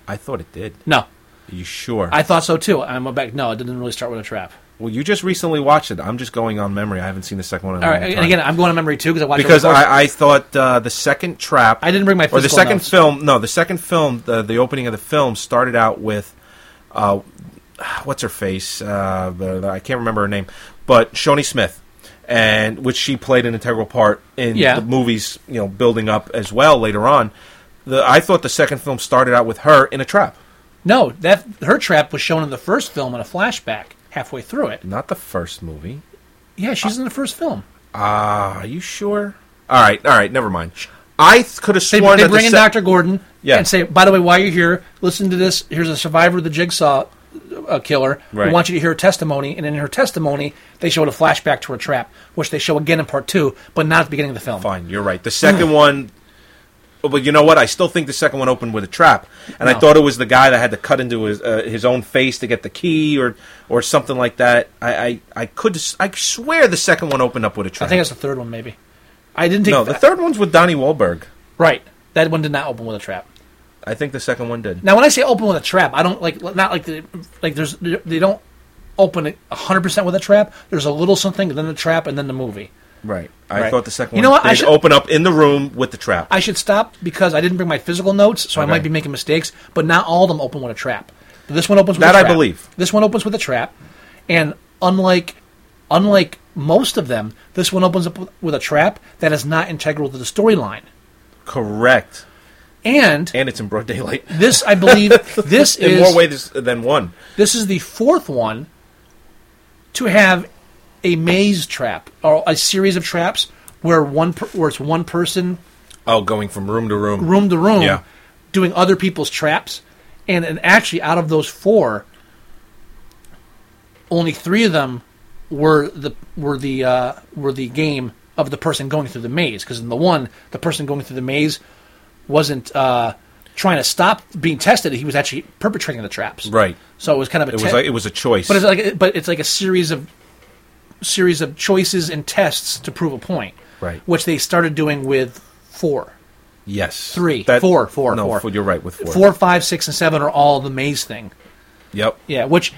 S3: I thought it did.
S4: No,
S3: Are you sure?
S4: I thought so too. I'm back. No, it didn't really start with a trap.
S3: well, you just recently watched it. I'm just going on memory. I haven't seen the second one. In a
S4: All
S3: long
S4: right, and
S3: time.
S4: again, I'm going to memory too because I watched it
S3: Mm, because
S4: before.
S3: I, I thought uh, the second trap.
S4: I didn't bring my
S3: or the
S4: physical
S3: second
S4: notes.
S3: film. No, the second film. The the opening of the film started out with, uh, what's her face? Uh, but I can't remember her name, but Shoni Smith, and which she played an integral part in
S4: Yeah.
S3: the movies. You know, building up as well later on. The I thought the second film started out with her in a trap.
S4: No, that her trap was shown in the first film in a flashback halfway through it.
S3: Not the first movie.
S4: Yeah, she's in the first film.
S3: Ah, are you sure? All right, all right, never mind. I th- could have
S4: They,
S3: sworn
S4: they
S3: that
S4: bring
S3: the
S4: in
S3: se-
S4: Doctor Gordon
S3: Yeah.
S4: and say, "By the way, while you're here, listen to this. Here's a survivor of the Jigsaw uh, killer. We
S3: Right.
S4: want you to hear her testimony." And in her testimony, they showed a flashback to her trap, which they show again in part two, but not at the beginning of the film.
S3: Fine, you're right. The second
S4: Hmm.
S3: one, but you know what? I still think the second one opened with a trap, and
S4: No.
S3: I thought it was the guy that had to cut into his uh, his own face to get the key or or something like that. I I, I could s- I swear the second one opened up with a
S4: I
S3: trap.
S4: think that's the third one, maybe. I didn't take
S3: no, the third one's with Donnie Wahlberg.
S4: Right, that one did not open with a trap.
S3: I think the second one did.
S4: Now, when I say open with a trap, I don't like not like the, like there's they don't open it hundred percent with a trap. There's a little something, then the trap, and then the movie.
S3: Right. I
S4: Right.
S3: thought the second
S4: You
S3: one
S4: know what? I
S3: did
S4: should-
S3: open up in the room with the trap.
S4: I should stop because I didn't bring my physical notes, so I
S3: Okay.
S4: might be making mistakes. But not all of them open with a trap. This one opens with
S3: That
S4: a
S3: I
S4: trap.
S3: believe.
S4: This one opens with a trap, and unlike unlike most of them, this one opens up with- with a trap that is not integral to the storyline.
S3: Correct.
S4: And
S3: And it's in broad daylight.
S4: this, I believe, this
S3: In
S4: is
S3: more ways than one.
S4: This is the fourth one to have a maze trap or a series of traps where one per, where it's one person
S3: Oh, going from room to room.
S4: room to room
S3: Yeah.
S4: doing other people's traps and and actually out of those four only 3 of them were the were the uh, were the game of the person going through the maze because in the one the person going through the maze wasn't uh, trying to stop being tested he was actually perpetrating the traps
S3: Right.
S4: so it was kind of a
S3: It was like it was a choice.
S4: but it's like but it's like a series of series of choices and tests to prove a point.
S3: Right.
S4: Which they started doing with four.
S3: yes.
S4: Three,
S3: That-
S4: four, four,
S3: no,
S4: four.
S3: four, You're right with four.
S4: Four, five, six, and seven are all the maze thing.
S3: Yep.
S4: Yeah, which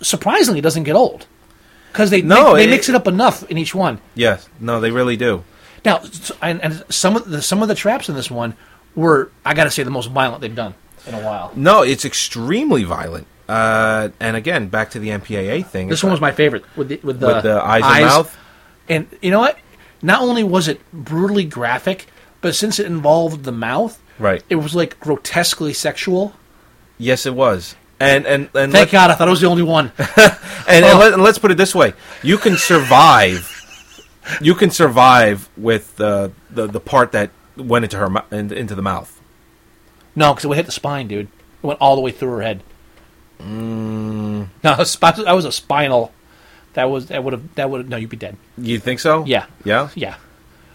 S4: surprisingly doesn't get old because they
S3: No,
S4: they, they
S3: it-
S4: mix it up enough in each one.
S3: Yes. No, they really do.
S4: Now, s- and, and some of the some of the traps in this one were I got to say the most violent they've done in a while.
S3: No, it's extremely violent. Uh, and again, back to the MPAA thing.
S4: This one uh, was my favorite with the with the,
S3: With the eyes and mouth?
S4: And you know what? Not only was it brutally graphic, but since it involved the mouth,
S3: Right.
S4: It was like grotesquely sexual.
S3: yes, it was. And and
S4: Thank
S3: and
S4: Oh.
S3: let,
S4: God, I thought I was the only one.
S3: and, and let, and let's put it this way: you can survive. you can survive with the the, the part that went into her mou- in, into the mouth.
S4: no, because it would hit the spine, dude. It went all the way through her head. Mm. No, a spi- that was a spinal. That was that would have that would have no, you'd be dead.
S3: You think so?
S4: Yeah,
S3: Yeah.
S4: yeah.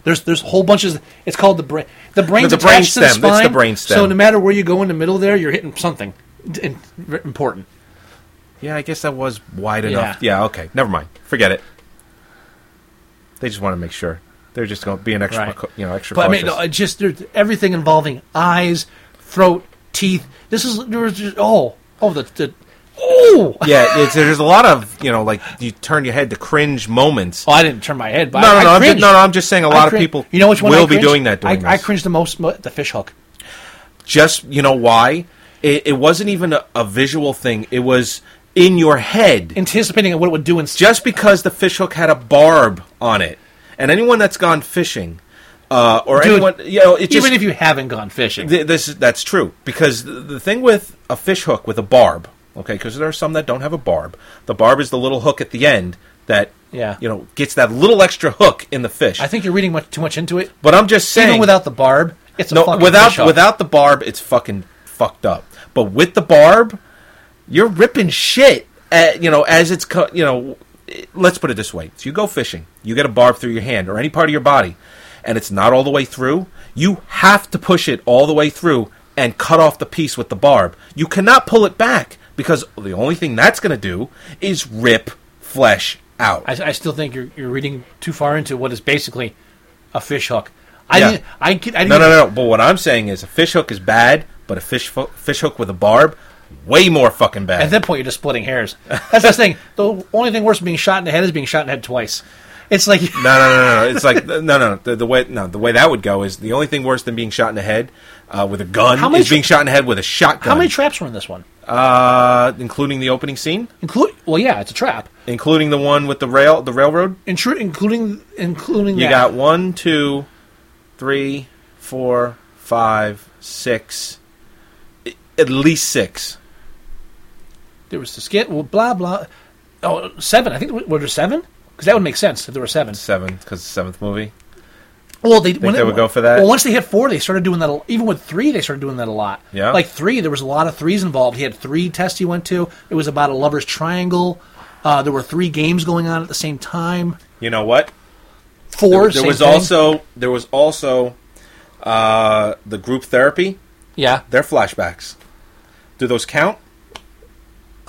S4: There's there's whole bunches. It's called the brain. The brain's
S3: The brain
S4: attached to the
S3: stem. It's the
S4: spine.
S3: brain
S4: So
S3: stem.
S4: no matter where you go in the middle there, you're hitting something d- in- r- important.
S3: Yeah. I guess that was wide enough.
S4: Yeah.
S3: Yeah. Okay. Never mind. Forget it. They just want to make sure. They're just going to be an extra,
S4: Right.
S3: you know, extra.
S4: But I mean,
S3: cautious.
S4: no, it's just there's everything involving eyes, throat, teeth. This is there was just oh oh the, the oh.
S3: yeah, it's, there's a lot of you know, like you turn your head to cringe moments.
S4: Oh, I didn't turn my head. But
S3: No,
S4: I,
S3: no, no,
S4: I
S3: I'm just,
S4: cringed.
S3: no, no. I'm just saying a
S4: I
S3: lot of
S4: cring-
S3: people
S4: You know which one I
S3: will be
S4: cringed?
S3: doing that. Doing
S4: I, I
S3: this.
S4: cringed the most mo- the fish hook.
S3: just you know why it, it wasn't even a, a visual thing it was in your head
S4: anticipating what it would do in
S3: just because the fishhook had a barb on it and anyone that's gone fishing uh, or
S4: Dude,
S3: anyone you know it just
S4: even if you haven't gone fishing.
S3: th- this is- that's true because the, the thing with a fish hook with a barb okay because there are some that don't have a barb the barb is the little hook at the end that
S4: Yeah.
S3: you know gets that little extra hook in the fish
S4: I think you're reading much, too much into it.
S3: but i'm just saying
S4: Even without the barb, it's a
S3: no,
S4: fucking
S3: without
S4: fish hook.
S3: without the barb, it's fucking fucked up. But with the barb, you're ripping shit. At, you know, as it's co- you know, it- let's put it this way: so you go fishing, you get a barb through your hand or any part of your body, and it's not all the way through. You have to push it all the way through and cut off the piece with the barb. You cannot pull it back because the only thing that's going to do is rip flesh out.
S4: I, I still think you're, you're reading too far into what is basically a fish hook. I
S3: Yeah.
S4: didn't. I, did I didn't.
S3: No, no, no. But what I'm saying is a fish hook is bad, but a fish fo- fish hook with a barb, way more fucking bad.
S4: At that point, you're just splitting hairs. That's the thing. The only thing worse than being shot in the head is being shot in the head twice. It's like
S3: no, no, no, no. It's like no, no. no. The, the way no, the way that would go is the only thing worse than being shot in the head uh, with a gun
S4: How many
S3: is being
S4: tra-
S3: shot in the head with a shotgun.
S4: how many traps were in this one?
S3: uh, including the opening scene,
S4: Include well, yeah, it's a trap.
S3: including the one with the rail, the railroad.
S4: Intru- including including
S3: You
S4: that.
S3: got one, two, three, four, five, six, i- at least six.
S4: There was the skit. Well, blah blah. Oh, seven. I think were there seven? Because that would make sense if there were seven.
S3: Seven, because the seventh movie.
S4: Well, they think
S3: they would go for that?
S4: Well, once they hit four, they started doing that. a- Even with three, they started doing that a lot.
S3: Yeah.
S4: like three, there was a lot of threes involved. He had three tests he went to. It was about a lovers triangle. Uh, there were three games going on at the same time.
S3: You know what?
S4: Four.
S3: there
S4: same
S3: was
S4: thing.
S3: also there was also uh, the group therapy.
S4: yeah.
S3: Their flashbacks. Do those count?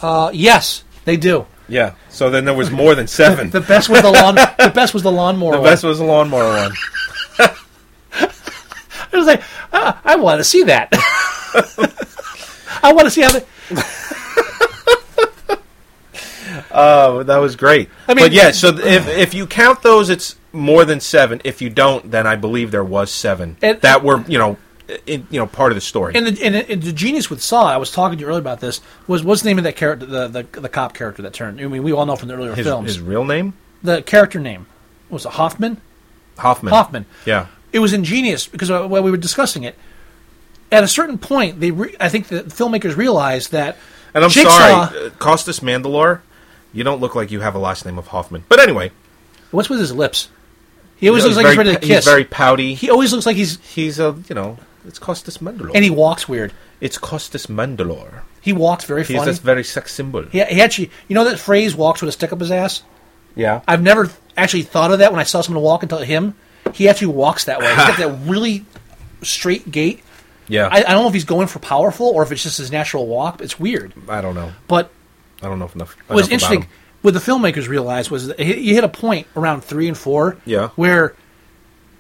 S4: Uh, yes, they do.
S3: Yeah. So then there was more than seven.
S4: The
S3: the
S4: best was the lawn. the best was the lawnmower. one.
S3: best was the lawnmower one.
S4: It was like, ah, I want to see that. I want to see how. They,
S3: Oh, that was great.
S4: I mean-
S3: but yeah. So th- if if you count those, it's more than seven. If you don't, then I believe there was seven
S4: And-
S3: that were you know in, you know part of the story.
S4: and the, and, the, and the genius with Saw, I was talking to you earlier about this. Was what's the name of that character, the, the the cop character that turned? I mean, we all know from the earlier
S3: his,
S4: films.
S3: his real name
S4: the character name was it Hoffman.
S3: Hoffman.
S4: Hoffman.
S3: Yeah.
S4: It was ingenious because uh, while we were discussing it, at a certain point, they re- I think the filmmakers realized that.
S3: And I'm
S4: Jigsaw-
S3: sorry, uh, Costas Mandalore. You don't look like you have a last name of Hoffman. But anyway,
S4: What's with his lips? He always looks
S3: he's
S4: like he's
S3: very
S4: ready to
S3: pa-
S4: kiss.
S3: very pouty.
S4: he always looks like he's
S3: He's a, you know, it's Costas Mandalore.
S4: and he walks weird.
S3: it's Costas Mandalore.
S4: He walks very
S3: He's
S4: funny.
S3: this very sex symbol.
S4: he, he actually, you know that phrase "walks with a stick up his ass."
S3: Yeah.
S4: I've never actually thought of that when I saw someone walk until him. He actually walks that way. He's got that really straight gait.
S3: yeah.
S4: I, I don't know if he's going for powerful or if it's just his natural walk. but It's weird.
S3: I don't know.
S4: But
S3: I don't know if enough.
S4: what's
S3: enough about
S4: interesting,
S3: him.
S4: what the filmmakers realized was that he- you hit a point around three and four
S3: Yeah.
S4: where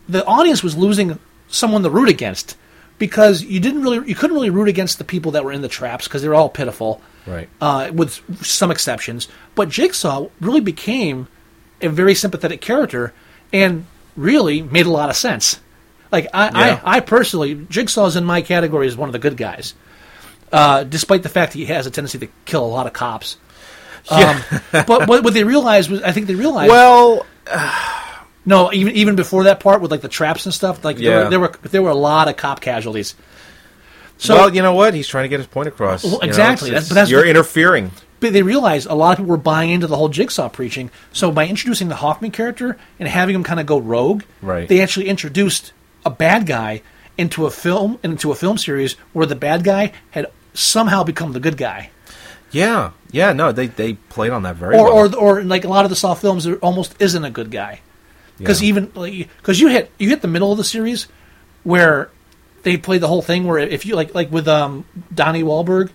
S4: the audience was losing someone to root against because you didn't really you couldn't really root against the people that were in the traps because they were all pitiful
S3: Right.
S4: uh, with some exceptions but jigsaw really became a very sympathetic character and really made a lot of sense like i
S3: Yeah.
S4: i, I personally jigsaw's in my category as one of the good guys uh, despite the fact that he has a tendency to kill a lot of cops um, but what, what they realized was i think they realized
S3: Well,
S4: no, even even before that part with like the traps and stuff, like there,
S3: Yeah.
S4: were, there were there were a lot of cop casualties. So
S3: well, you know what? He's trying to get his point across.
S4: Well,
S3: you know,
S4: exactly. That's-
S3: it's-
S4: but that's
S3: you're
S4: the-
S3: interfering.
S4: but they realized a lot of people were buying into the whole jigsaw preaching. So by introducing the Hoffman character and having him kind of go rogue,
S3: Right.
S4: they actually introduced a bad guy into a film into a film series where the bad guy had somehow become the good guy.
S3: Yeah. Yeah. No, they they played on that very
S4: or,
S3: well.
S4: or or like a lot of the Saw films, there almost isn't a good guy because
S3: Yeah.
S4: even because you hit you hit the middle of the series where they played the whole thing where if you like like with um Donnie Wahlberg,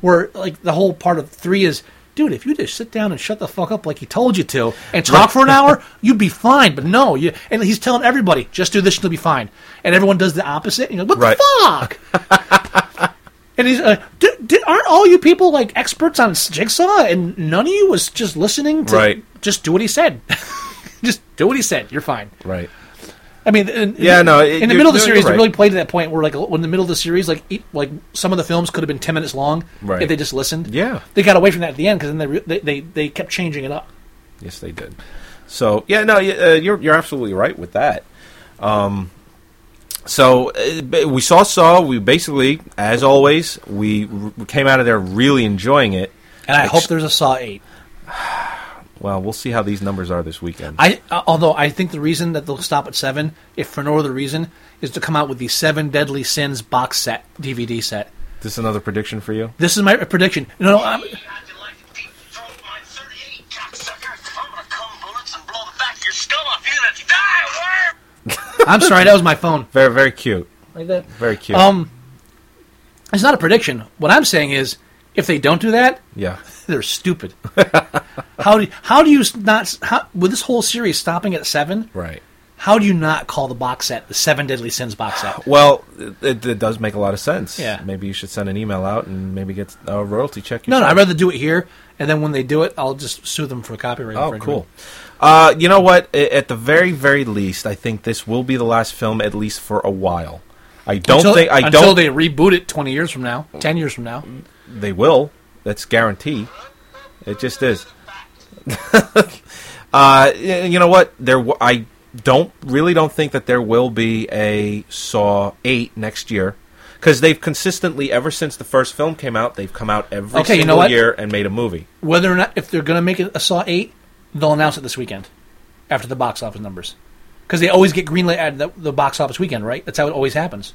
S4: where like the whole part of three is dude, if you just sit down and shut the fuck up like he told you to and talk for an hour, you'd be fine. But no, you and he's telling everybody, just do this, and you'll be fine. And everyone does the opposite. And you're like, what the fuck? and he's like, "D- d- aren't all you people like experts on jigsaw? And none of you was just listening to
S3: Right.
S4: just do what he said. just do what he said. You're fine.
S3: Right.
S4: I mean, in, in-
S3: Yeah, no, it-
S4: in the
S3: you're-
S4: middle of the
S3: no, you're
S4: series,
S3: right.
S4: they really played to that point where, like, in the middle of the series, like, e- like some of the films could have been ten minutes long
S3: Right.
S4: if they just listened.
S3: Yeah.
S4: they got away from that at the end because then they, re- they they they kept changing it up.
S3: Yes, they did. So yeah, no, y- uh, you're you're absolutely right with that. Um, so uh, ba- we saw Saw. We basically, as always, we r- came out of there really enjoying it.
S4: And I
S3: Ex-
S4: hope there's a Saw Eight.
S3: Well, we'll see how these numbers are this weekend.
S4: I uh, although I think the reason that they'll stop at seven, if for no other reason, is to come out with the Seven Deadly Sins box set DVD set.
S3: this is another prediction for you.
S4: This is my prediction. No, no, I'm,
S6: I'd like to deep throat my 38, cocksucker. I'm gonna come bullets and blow the back of your skull off. You're gonna die, worm!
S4: I'm sorry, that was my phone.
S3: Very very cute.
S4: Like that.
S3: Very cute.
S4: Um, it's not a prediction. What I'm saying is, if they don't do that,
S3: yeah.
S4: They're stupid. how do how do you not how, with this whole series stopping at seven?
S3: Right.
S4: How do you not call the box set the Seven Deadly Sins box set?
S3: Well, it, it does make a lot of sense.
S4: Yeah.
S3: Maybe you should send an email out and maybe get a royalty check.
S4: No, no,
S3: yourself.
S4: I'd rather do it here, and then when they do it, I'll just sue them for copyright.
S3: Oh,
S4: infringement.
S3: cool. Uh, you know what? A- At the very, very least, I think this will be the last film, at least for a while. I don't
S4: Until,
S3: think I
S4: until
S3: don't.
S4: they reboot it twenty years from now, ten years from now.
S3: They will. That's guarantee. It just is. uh, y- you know what? There, w- I don't really don't think that there will be a Saw Eight next year because they've consistently ever since the first film came out, they've come out every
S4: Okay, you know
S3: single
S4: what?
S3: year and made a movie.
S4: Whether or not if they're going to make it a Saw eight, they'll announce it this weekend after the box office numbers, because they always get greenlit at the, the box office weekend, right? That's how it always happens.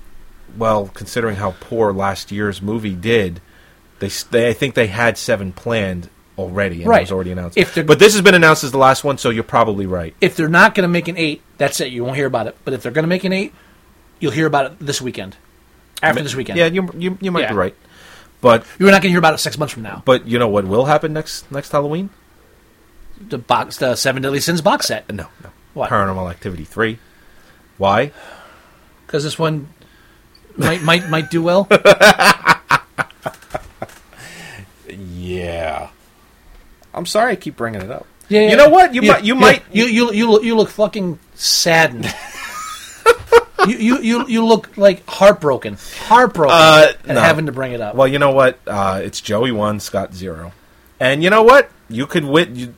S3: well, considering how poor last year's movie did, they, s- they I think they had seven planned already, and it
S4: Right.
S3: was already announced.
S4: If they're-
S3: but this has been announced as the last one, so you're probably right.
S4: if they're not going to make an eight, that's it. You won't hear about it. But if they're going to make an eight, you'll hear about it this weekend, after this weekend.
S3: Yeah, you you, you might
S4: Yeah.
S3: be right. But
S4: you're not going to hear about it six months from now.
S3: but you know what will happen next next Halloween?
S4: The box, the Seven Deadly Sins box set,
S3: No, no.
S4: What?
S3: Paranormal Activity three. Why?
S4: because this one might might might do well.
S3: Yeah. I'm sorry, I keep bringing it up.
S4: Yeah, yeah,
S3: You know what? You
S4: yeah,
S3: might. You
S4: yeah.
S3: might.
S4: you you you look, you look fucking saddened. you, you you you look like heartbroken, heartbroken,
S3: Uh,
S4: at
S3: no.
S4: having to bring it up.
S3: Well, you know what? Uh, it's Joey one, Scott zero, and you know what? You could win. You,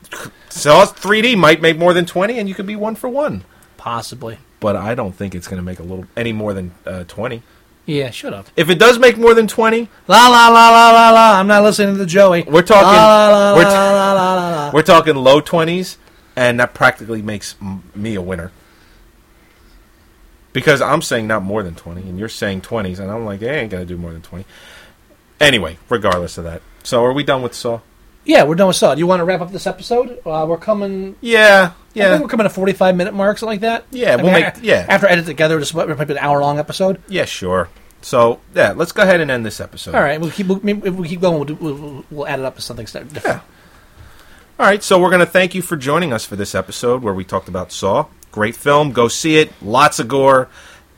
S3: Saw 3D might make more than twenty, and you could be one for one.
S4: Possibly.
S3: But I don't think it's going to make a little any more than uh, twenty.
S4: Yeah, shut up.
S3: If it does make more than twenty,
S4: La la la la la la. I'm not listening to Joey.
S3: We're talking-
S4: La la la
S3: we're
S4: la,
S3: ta-
S4: la, la, la, la.
S3: we're talking low twenties, and that practically makes m- me a winner. Because I'm saying not more than twenty, and you're saying twenties, and I'm like, I ain't going to do more than twenty. Anyway, regardless of that, so are we done with Saw?
S4: Yeah, we're done with Saw. Do you want to wrap up this episode? Uh, we're coming.
S3: Yeah,
S4: Yeah, I
S3: yeah,
S4: think we're coming to forty-five minute mark, something like that.
S3: Yeah,
S4: I
S3: we'll make-
S4: a-
S3: yeah.
S4: After I edit together, this might might be an hour-long episode.
S3: Yeah, sure. So yeah, let's go ahead and end this episode.
S4: All right, we'll keep. We'll, maybe if we keep going, we'll, do, we'll- we'll, we'll add it up to something st- different.
S3: All right. So we're going to thank you for joining us for this episode where we talked about Saw. Great film. Go see it. Lots of gore.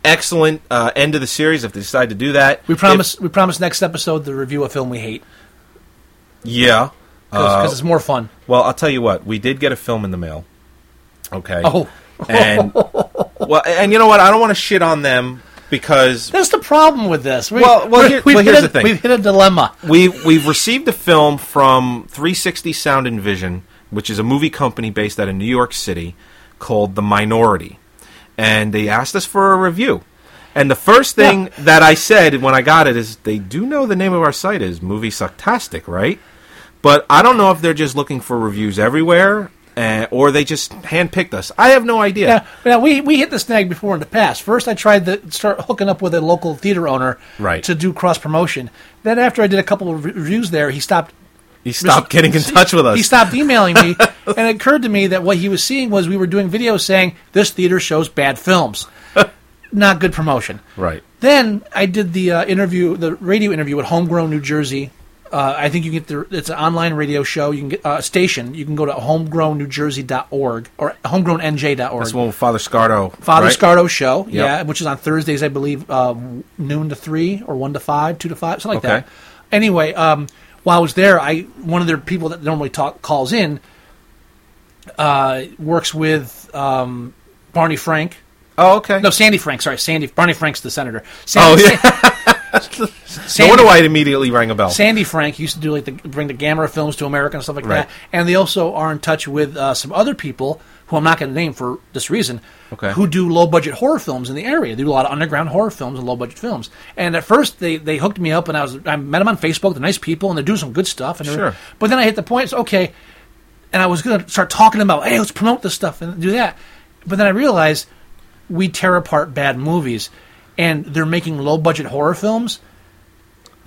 S3: Excellent uh, end of the series if they decide to do that.
S4: We promise. we promise next episode to review a film we hate
S3: If- yeah.
S4: because
S3: Uh,
S4: it's more fun.
S3: well, I'll tell you what. We did get a film in the mail. Okay.
S4: Oh.
S3: And well, and you know what? I don't want to shit on them because
S4: That's the problem with this. We,
S3: Well- well,
S4: we're-
S3: here-
S4: we've
S3: well,
S4: hit
S3: here's
S4: a-
S3: the thing.
S4: We've hit a dilemma.
S3: we we've received a film from 360 Sound and Vision, which is a movie company based out of New York City, called The Minority, and they asked us for a review. And the first thing that I said when I got it is, they do know the name of our site is Movie Sucktastic, right? But I don't know if they're just looking for reviews everywhere, uh, or they just handpicked us. I have no idea.
S4: Now, now we, we hit the snag before in the past. First, I tried to start hooking up with a local theater owner
S3: Right.
S4: to do cross promotion. Then, after I did a couple of re- reviews there, he stopped.
S3: He stopped getting in touch with us.
S4: He stopped emailing me, and it occurred to me that what he was seeing was we were doing videos saying this theater shows bad films, not good promotion.
S3: Right.
S4: Then I did the uh, interview, the radio interview with Homegrown New Jersey Uh, I think you can get the, it's an online radio show. You can get uh, station. You can go to homegrownnewjersey.org or homegrownnj.org.
S3: That's the one with Father Scardo.
S4: Father
S3: right?
S4: Scardo show, yeah, which is on Thursdays, I believe, uh, noon to three or one to five, two to five, something like
S3: Okay.
S4: that. Anyway, um, while I was there, I one of their people that normally talk calls in uh, works with um, Barney Frank.
S3: Oh, okay.
S4: No, Sandy Frank. Sorry, Sandy. Barney Frank's the senator. Sandy,
S3: Oh, yeah.
S4: Sandy,
S3: no wonder why it immediately rang a bell.
S4: Sandy Frank used to do like the, bring the Gamera films to America and stuff like
S3: Right.
S4: that. And they also are in touch with uh, some other people who I'm not going to name for this reason,
S3: Okay.
S4: who do low budget horror films in the area. They do a lot of underground horror films and low budget films. And at first they, they hooked me up and I was I met them on Facebook. They're nice people and they're doing some good stuff. And they're-
S3: Sure.
S4: But then I hit the point. It's okay. And I was going to start talking about hey let's promote this stuff and do that. But then I realized we tear apart bad movies and they're making low budget horror films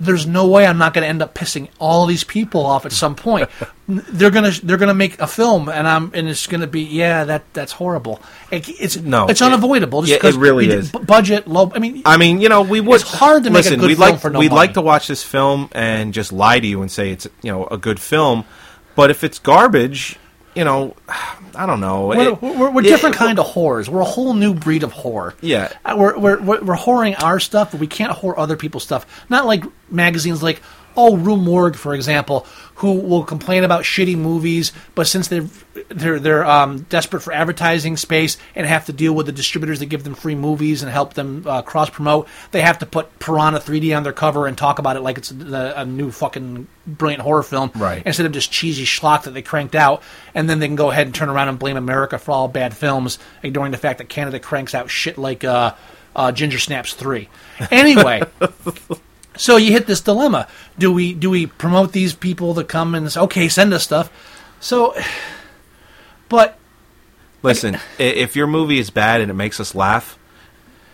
S4: there's no way I'm not going to end up pissing all these people off at some point. N- they're gonna they're gonna make a film, and I'm and it's gonna be yeah that that's horrible. It, it's
S3: No,
S4: it's
S3: it-
S4: unavoidable. Just
S3: yeah, it
S4: 'cause
S3: really
S4: you
S3: is.
S4: d- bu- budget low. I mean,
S3: I mean, you know, we would.
S4: It's hard to make a
S3: listen,
S4: good
S3: we'd
S4: film
S3: like,
S4: for no
S3: We'd
S4: money.
S3: like to watch this film and just lie to you and say it's you know a good film, but if it's garbage, you know, I don't know.
S4: we're,
S3: It-
S4: we're, we're
S3: it-
S4: different kind of whores. We're a whole new breed of whore.
S3: Yeah.
S4: Uh, we're we're we're, we're whoring our stuff, but we can't whore other people's stuff. Not like magazines like oh Rue Morgue, for example, who will complain about shitty movies, but since they're they're they're um, desperate for advertising space and have to deal with the distributors that give them free movies and help them uh, cross promote, they have to put Piranha 3D on their cover and talk about it like it's the, a new fucking brilliant horror film,
S3: Right.
S4: And instead of just cheesy schlock that they cranked out, and then they can go ahead and turn around and blame America for all bad films, ignoring the fact that Canada cranks out shit like uh, uh, Ginger Snaps Three. Anyway, so you hit this dilemma: do we do we promote these people to come and say, okay, send us stuff? So, but
S3: Listen, i- if your movie is bad and it makes us laugh,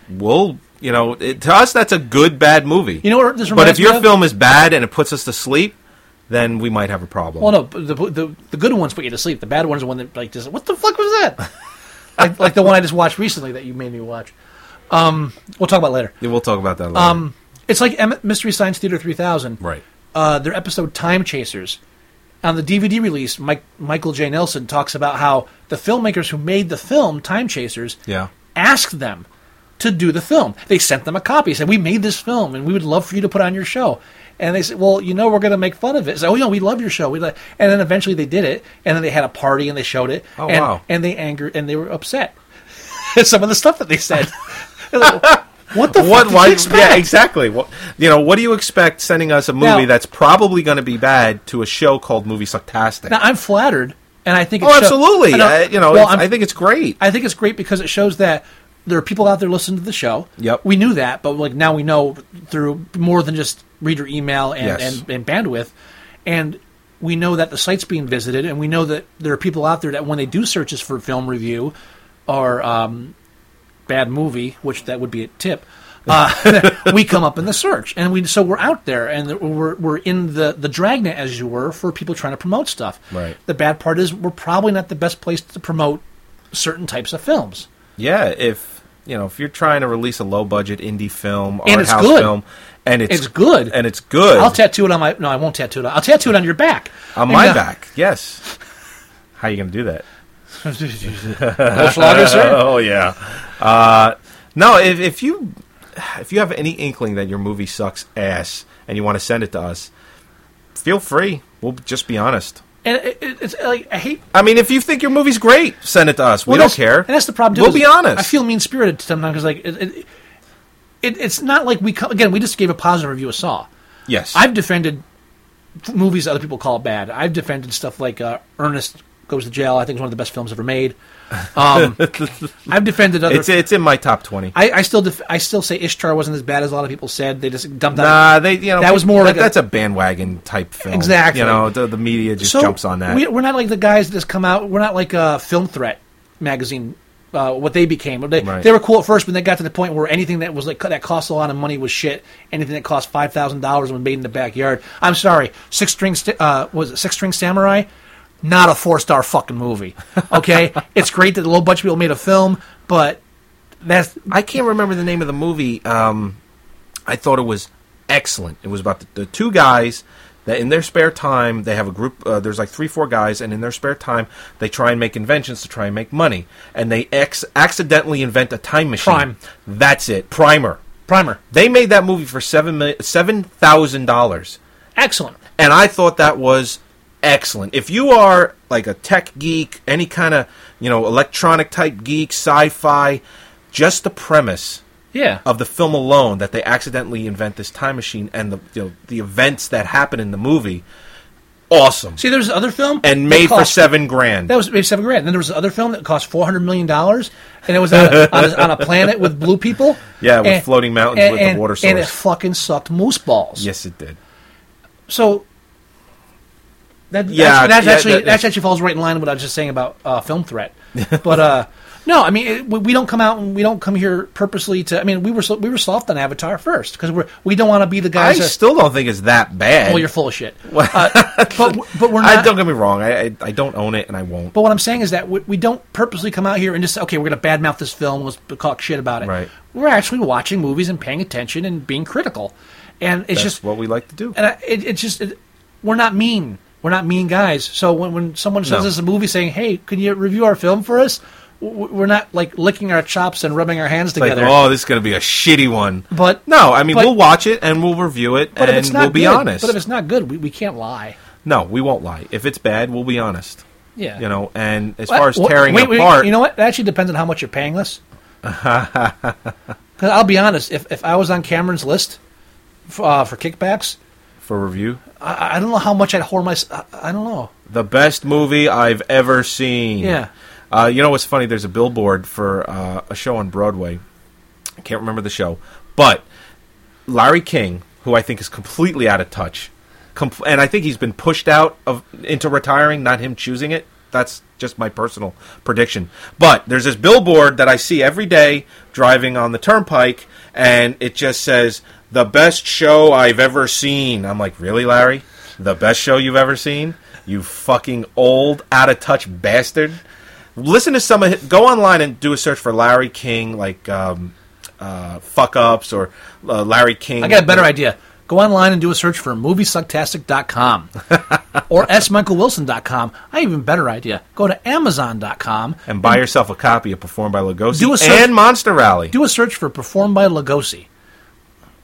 S3: we'll you know it, to us that's a good bad movie.
S4: You know what this
S3: But
S4: reminds
S3: if
S4: me
S3: your
S4: of?
S3: film is bad and it puts us to sleep, then we might have a problem.
S4: well, no, the the, the good ones put you to sleep. The bad ones are the one that like just what the fuck was that? like, like the one I just watched recently that you made me watch. Um, we'll talk about it later.
S3: Yeah, We'll talk about that later.
S4: Um, it's like M- Mystery Science Theater 3000.
S3: Right.
S4: Uh, their episode Time Chasers. On the DVD release, Mike, Michael J. Nelson talks about how the filmmakers who made the film Time Chasers
S3: Yeah.
S4: asked them to do the film. They sent them a copy. Said, "We made this film, and we would love for you to put on your show." And they said, "Well, you know, we're going to make fun of it." So, oh, you know, we love your show. We li-. and then eventually they did it, and then they had a party and they showed it.
S3: Oh,
S4: and,
S3: wow.
S4: And they angered and they were upset. at Some of the stuff that they said. They're like, what the fuck
S3: What?
S4: did
S3: Why?
S4: you expect?
S3: Yeah, exactly. What, you know, what do you expect sending us a movie
S4: Now-
S3: that's probably going to be bad to a show called Movie Sucktastic?
S4: Now I'm flattered, and I think it
S3: oh,
S4: show-
S3: absolutely.
S4: I know-
S3: I- you know,
S4: well,
S3: it's-
S4: I'm-
S3: I think it's great.
S4: I think it's great because it shows that there are people out there listening to the show.
S3: Yep.
S4: We knew that, but like now we know through more than just reader email and,
S3: Yes.
S4: and, and bandwidth. And we know that the site's being visited and we know that there are people out there that when they do searches for film review or um, bad movie, which that would be a tip. Uh, we come up in the search, and we so we're out there, and we're we're in the the dragnet as you were for people trying to promote stuff.
S3: Right.
S4: The bad part is we're probably not the best place to promote certain types of films.
S3: yeah, if you know, if you're trying to release a low budget indie film,
S4: And
S3: art
S4: it's
S3: house
S4: good.
S3: film, and it's,
S4: It's good.
S3: and it's good
S4: I'll tattoo it on my. No, I won't tattoo it. on- I'll tattoo it on your back.
S3: on
S4: And,
S3: my
S4: uh,
S3: back, yes. How are you going to do that?
S4: Goldschlager, sir.
S3: Oh yeah. Uh, no, if, if you if you have any inkling that your movie sucks ass and you want to send it to us, feel free. We'll just be honest.
S4: And it, it- it's like I hate.
S3: I mean, if you think your movie's great, send it to us. We
S4: Well,
S3: don't
S4: that's-
S3: care.
S4: And that's the problem. Too,
S3: We'll
S4: is
S3: be honest.
S4: I feel mean spirited sometimes because like it, it, it, it's not like we co- again. We just gave a positive review of Saw.
S3: yes.
S4: I've defended f- movies other people call bad. I've defended stuff like uh, Ernest Goes to Jail. I think is one of the best films ever made. Um, I've defended other.
S3: it's it's in my top twenty.
S4: I, I still def- I still say Ishtar wasn't as bad as a lot of people said. They just dumped out.
S3: Nah, they you know
S4: That was more
S3: that-
S4: like a-
S3: that's a bandwagon type film.
S4: Exactly.
S3: You know, the, the media just jumps on that.
S4: We, we're not like the guys that just come out. We're not like uh, Film Threat magazine. Uh, what they became, they,
S3: Right.
S4: they were cool at first, but they got to the point where anything that was like that cost a lot of money was shit. Anything that cost five thousand dollars was made in the backyard. I'm sorry, six string st- uh, was it six string samurai? Not a four star fucking movie. Okay, it's great that low budget people made a film, but that's
S3: I can't remember the name of the movie. Um, I thought it was excellent. It was about the, the two guys that in their spare time they have a group. Uh, there's like three, four guys, and in their spare time they try and make inventions to try and make money, and they ex- accidentally invent a time machine.
S4: Prime.
S3: That's it. Primer.
S4: Primer.
S3: They made that movie for seven mil- seven thousand dollars
S4: Excellent.
S3: and I thought that was excellent. If you are like a tech geek, any kind of you know electronic type geek, sci-fi, just the premise
S4: Yeah.
S3: of the film alone that they accidentally invent this time machine and the you know, the events that happen in the movie, awesome.
S4: See, there's another film
S3: and
S4: that
S3: made for
S4: cost-
S3: seven grand.
S4: That was maybe seven grand. Then there was another film that cost four hundred million dollars, and it was on a, on, a, on a planet with blue people.
S3: Yeah, with floating mountains with the water
S4: And it
S3: source.
S4: fucking sucked moose balls.
S3: yes, it did.
S4: So that
S3: Yeah,
S4: that's, that's
S3: yeah,
S4: actually
S3: that-
S4: that, actually falls right in line with what I was just saying about uh, film threat. but uh, no, I mean it, we we don't come out and we don't come here purposely to. I mean we were so, we were soft on Avatar first because we we don't want to be the
S3: I
S4: guys. that-
S3: still don't think it's that bad.
S4: well, you're full of shit. Uh, but w- but we're
S3: I,
S4: not.
S3: don't get me wrong. I, I I don't own it, and I won't.
S4: But what I'm saying is that we, we don't purposely come out here and just say, okay, we're going to badmouth this film, let's b- talk shit about it.
S3: Right.
S4: We're actually watching movies and paying attention and being critical, and it's
S3: That's
S4: just
S3: what we like to do.
S4: and I, it, it's just it, we're not mean. We're not mean guys. So when, when someone sends
S3: No.
S4: us a movie saying, "Hey, can you review our film for us?" w- We're not like licking our chops and rubbing our hands
S3: like,
S4: together.
S3: oh, this is going to be a shitty one.
S4: But-
S3: no, I mean
S4: but-
S3: we'll watch it and we'll review it
S4: but if
S3: and
S4: it's not
S3: we'll be
S4: good-
S3: honest.
S4: But if it's not good, we, we can't lie.
S3: no, we won't lie. If it's bad, we'll be honest.
S4: Yeah.
S3: You know, and as
S4: Well,
S3: far as
S4: well,
S3: tearing
S4: wait,
S3: it
S4: wait,
S3: apart,
S4: you know what? That actually depends on how much you're paying us. Because I'll be honest, if, if I was on Cameron's list for, uh, for kickbacks,
S3: for review,
S4: I, I don't know how much I'd whore my. I, I don't know.
S3: the best movie I've ever seen.
S4: Yeah.
S3: Uh, you know what's funny? There's a billboard for uh, a show on Broadway. I can't remember the show, but Larry King, who I think is completely out of touch, compl- and I think he's been pushed out of into retiring, not him choosing it. That's just my personal prediction. But there's this billboard that I see every day driving on the turnpike, and it just says the best show I've ever seen. I'm like, really, Larry? The best show you've ever seen? You fucking old, out of touch bastard. Listen to some of his, go online and do a search for Larry King, like um, uh, fuck ups or uh, Larry King.
S4: I got a better idea. Go online and do a search for moviesucktastic.com or smichaelwilson.com. I have an even better idea. Go to amazon.com,
S3: and buy yourself a copy of Performed by Lugosi
S4: Do a search-
S3: and Monster Rally.
S4: do a search for Performed by Lugosi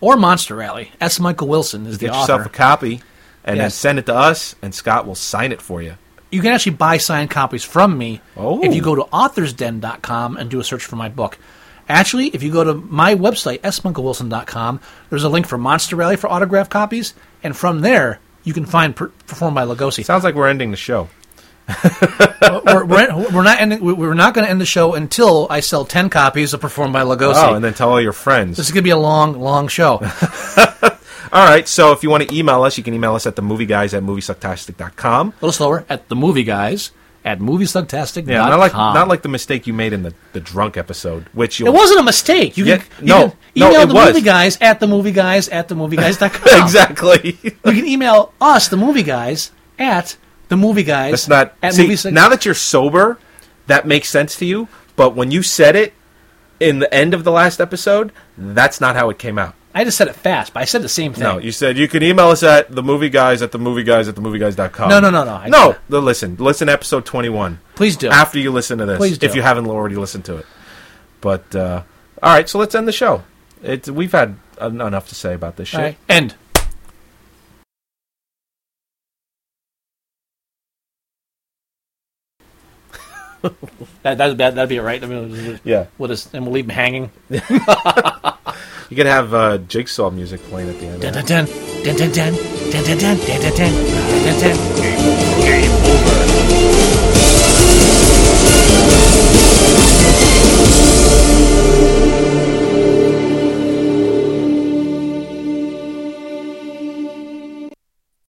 S4: or Monster Alley. S. Michael Wilson is
S3: Get
S4: the
S3: yourself
S4: author.
S3: a copy and then
S4: Yes.
S3: send it to us, and Scott will sign it for you.
S4: you can actually buy signed copies from me
S3: Oh.
S4: if you go to authorsden.com and do a search for my book. Actually, if you go to my website, smunkelwilson.com, there's a link for Monster Rally for autograph copies, and from there, you can find per- Performed by Lugosi.
S3: Sounds like we're ending the show.
S4: we're, we're, we're not ending, we're not going to end the show until I sell 10 copies of Performed by Lugosi.
S3: Oh, and then tell all your friends.
S4: this is going to be a long, long show.
S3: all right, so if you want to email us, you can email us at themovieguys at moviesucktastic.com.
S4: a little slower at the movie guys at moviesucktastic.com.
S3: Yeah, not like not like the mistake you made in the, the drunk episode, which you'll
S4: It wasn't a mistake. You
S3: Yeah,
S4: can, you
S3: no,
S4: can
S3: no,
S4: email
S3: it
S4: the
S3: was.
S4: movie guys at the movie guys at the movie guys.com.
S3: exactly.
S4: You can email us, the movie guys, at the movie guys.
S3: That's not
S4: at
S3: see,
S4: movie sec-
S3: now that you're sober, that makes sense to you. But when you said it in the end of the last episode, that's not how it came out.
S4: I just said it fast, but I said the same thing.
S3: No, you said you can email us at the movie guys at the movie guys at the movie guys.com.
S4: No, no, no, no. I-
S3: No, the listen. Listen to episode 21.
S4: Please do.
S3: After you listen to this.
S4: Please do.
S3: If you haven't already listened to it. But, uh, all right, so let's end the show. It's, we've had en- enough to say about this shit.
S4: All right. End. that, that, that, that'd be it, right? I mean, we'll just-
S3: Yeah.
S4: We'll just, and we'll leave them hanging.
S3: You could have uh, jigsaw music playing at the end. Of
S4: Dun,
S3: it.
S4: dun, dun. Dun, dun, dun. Dun, dun, dun. Dun, dun, dun. Dun, dun, dun.
S6: Game over.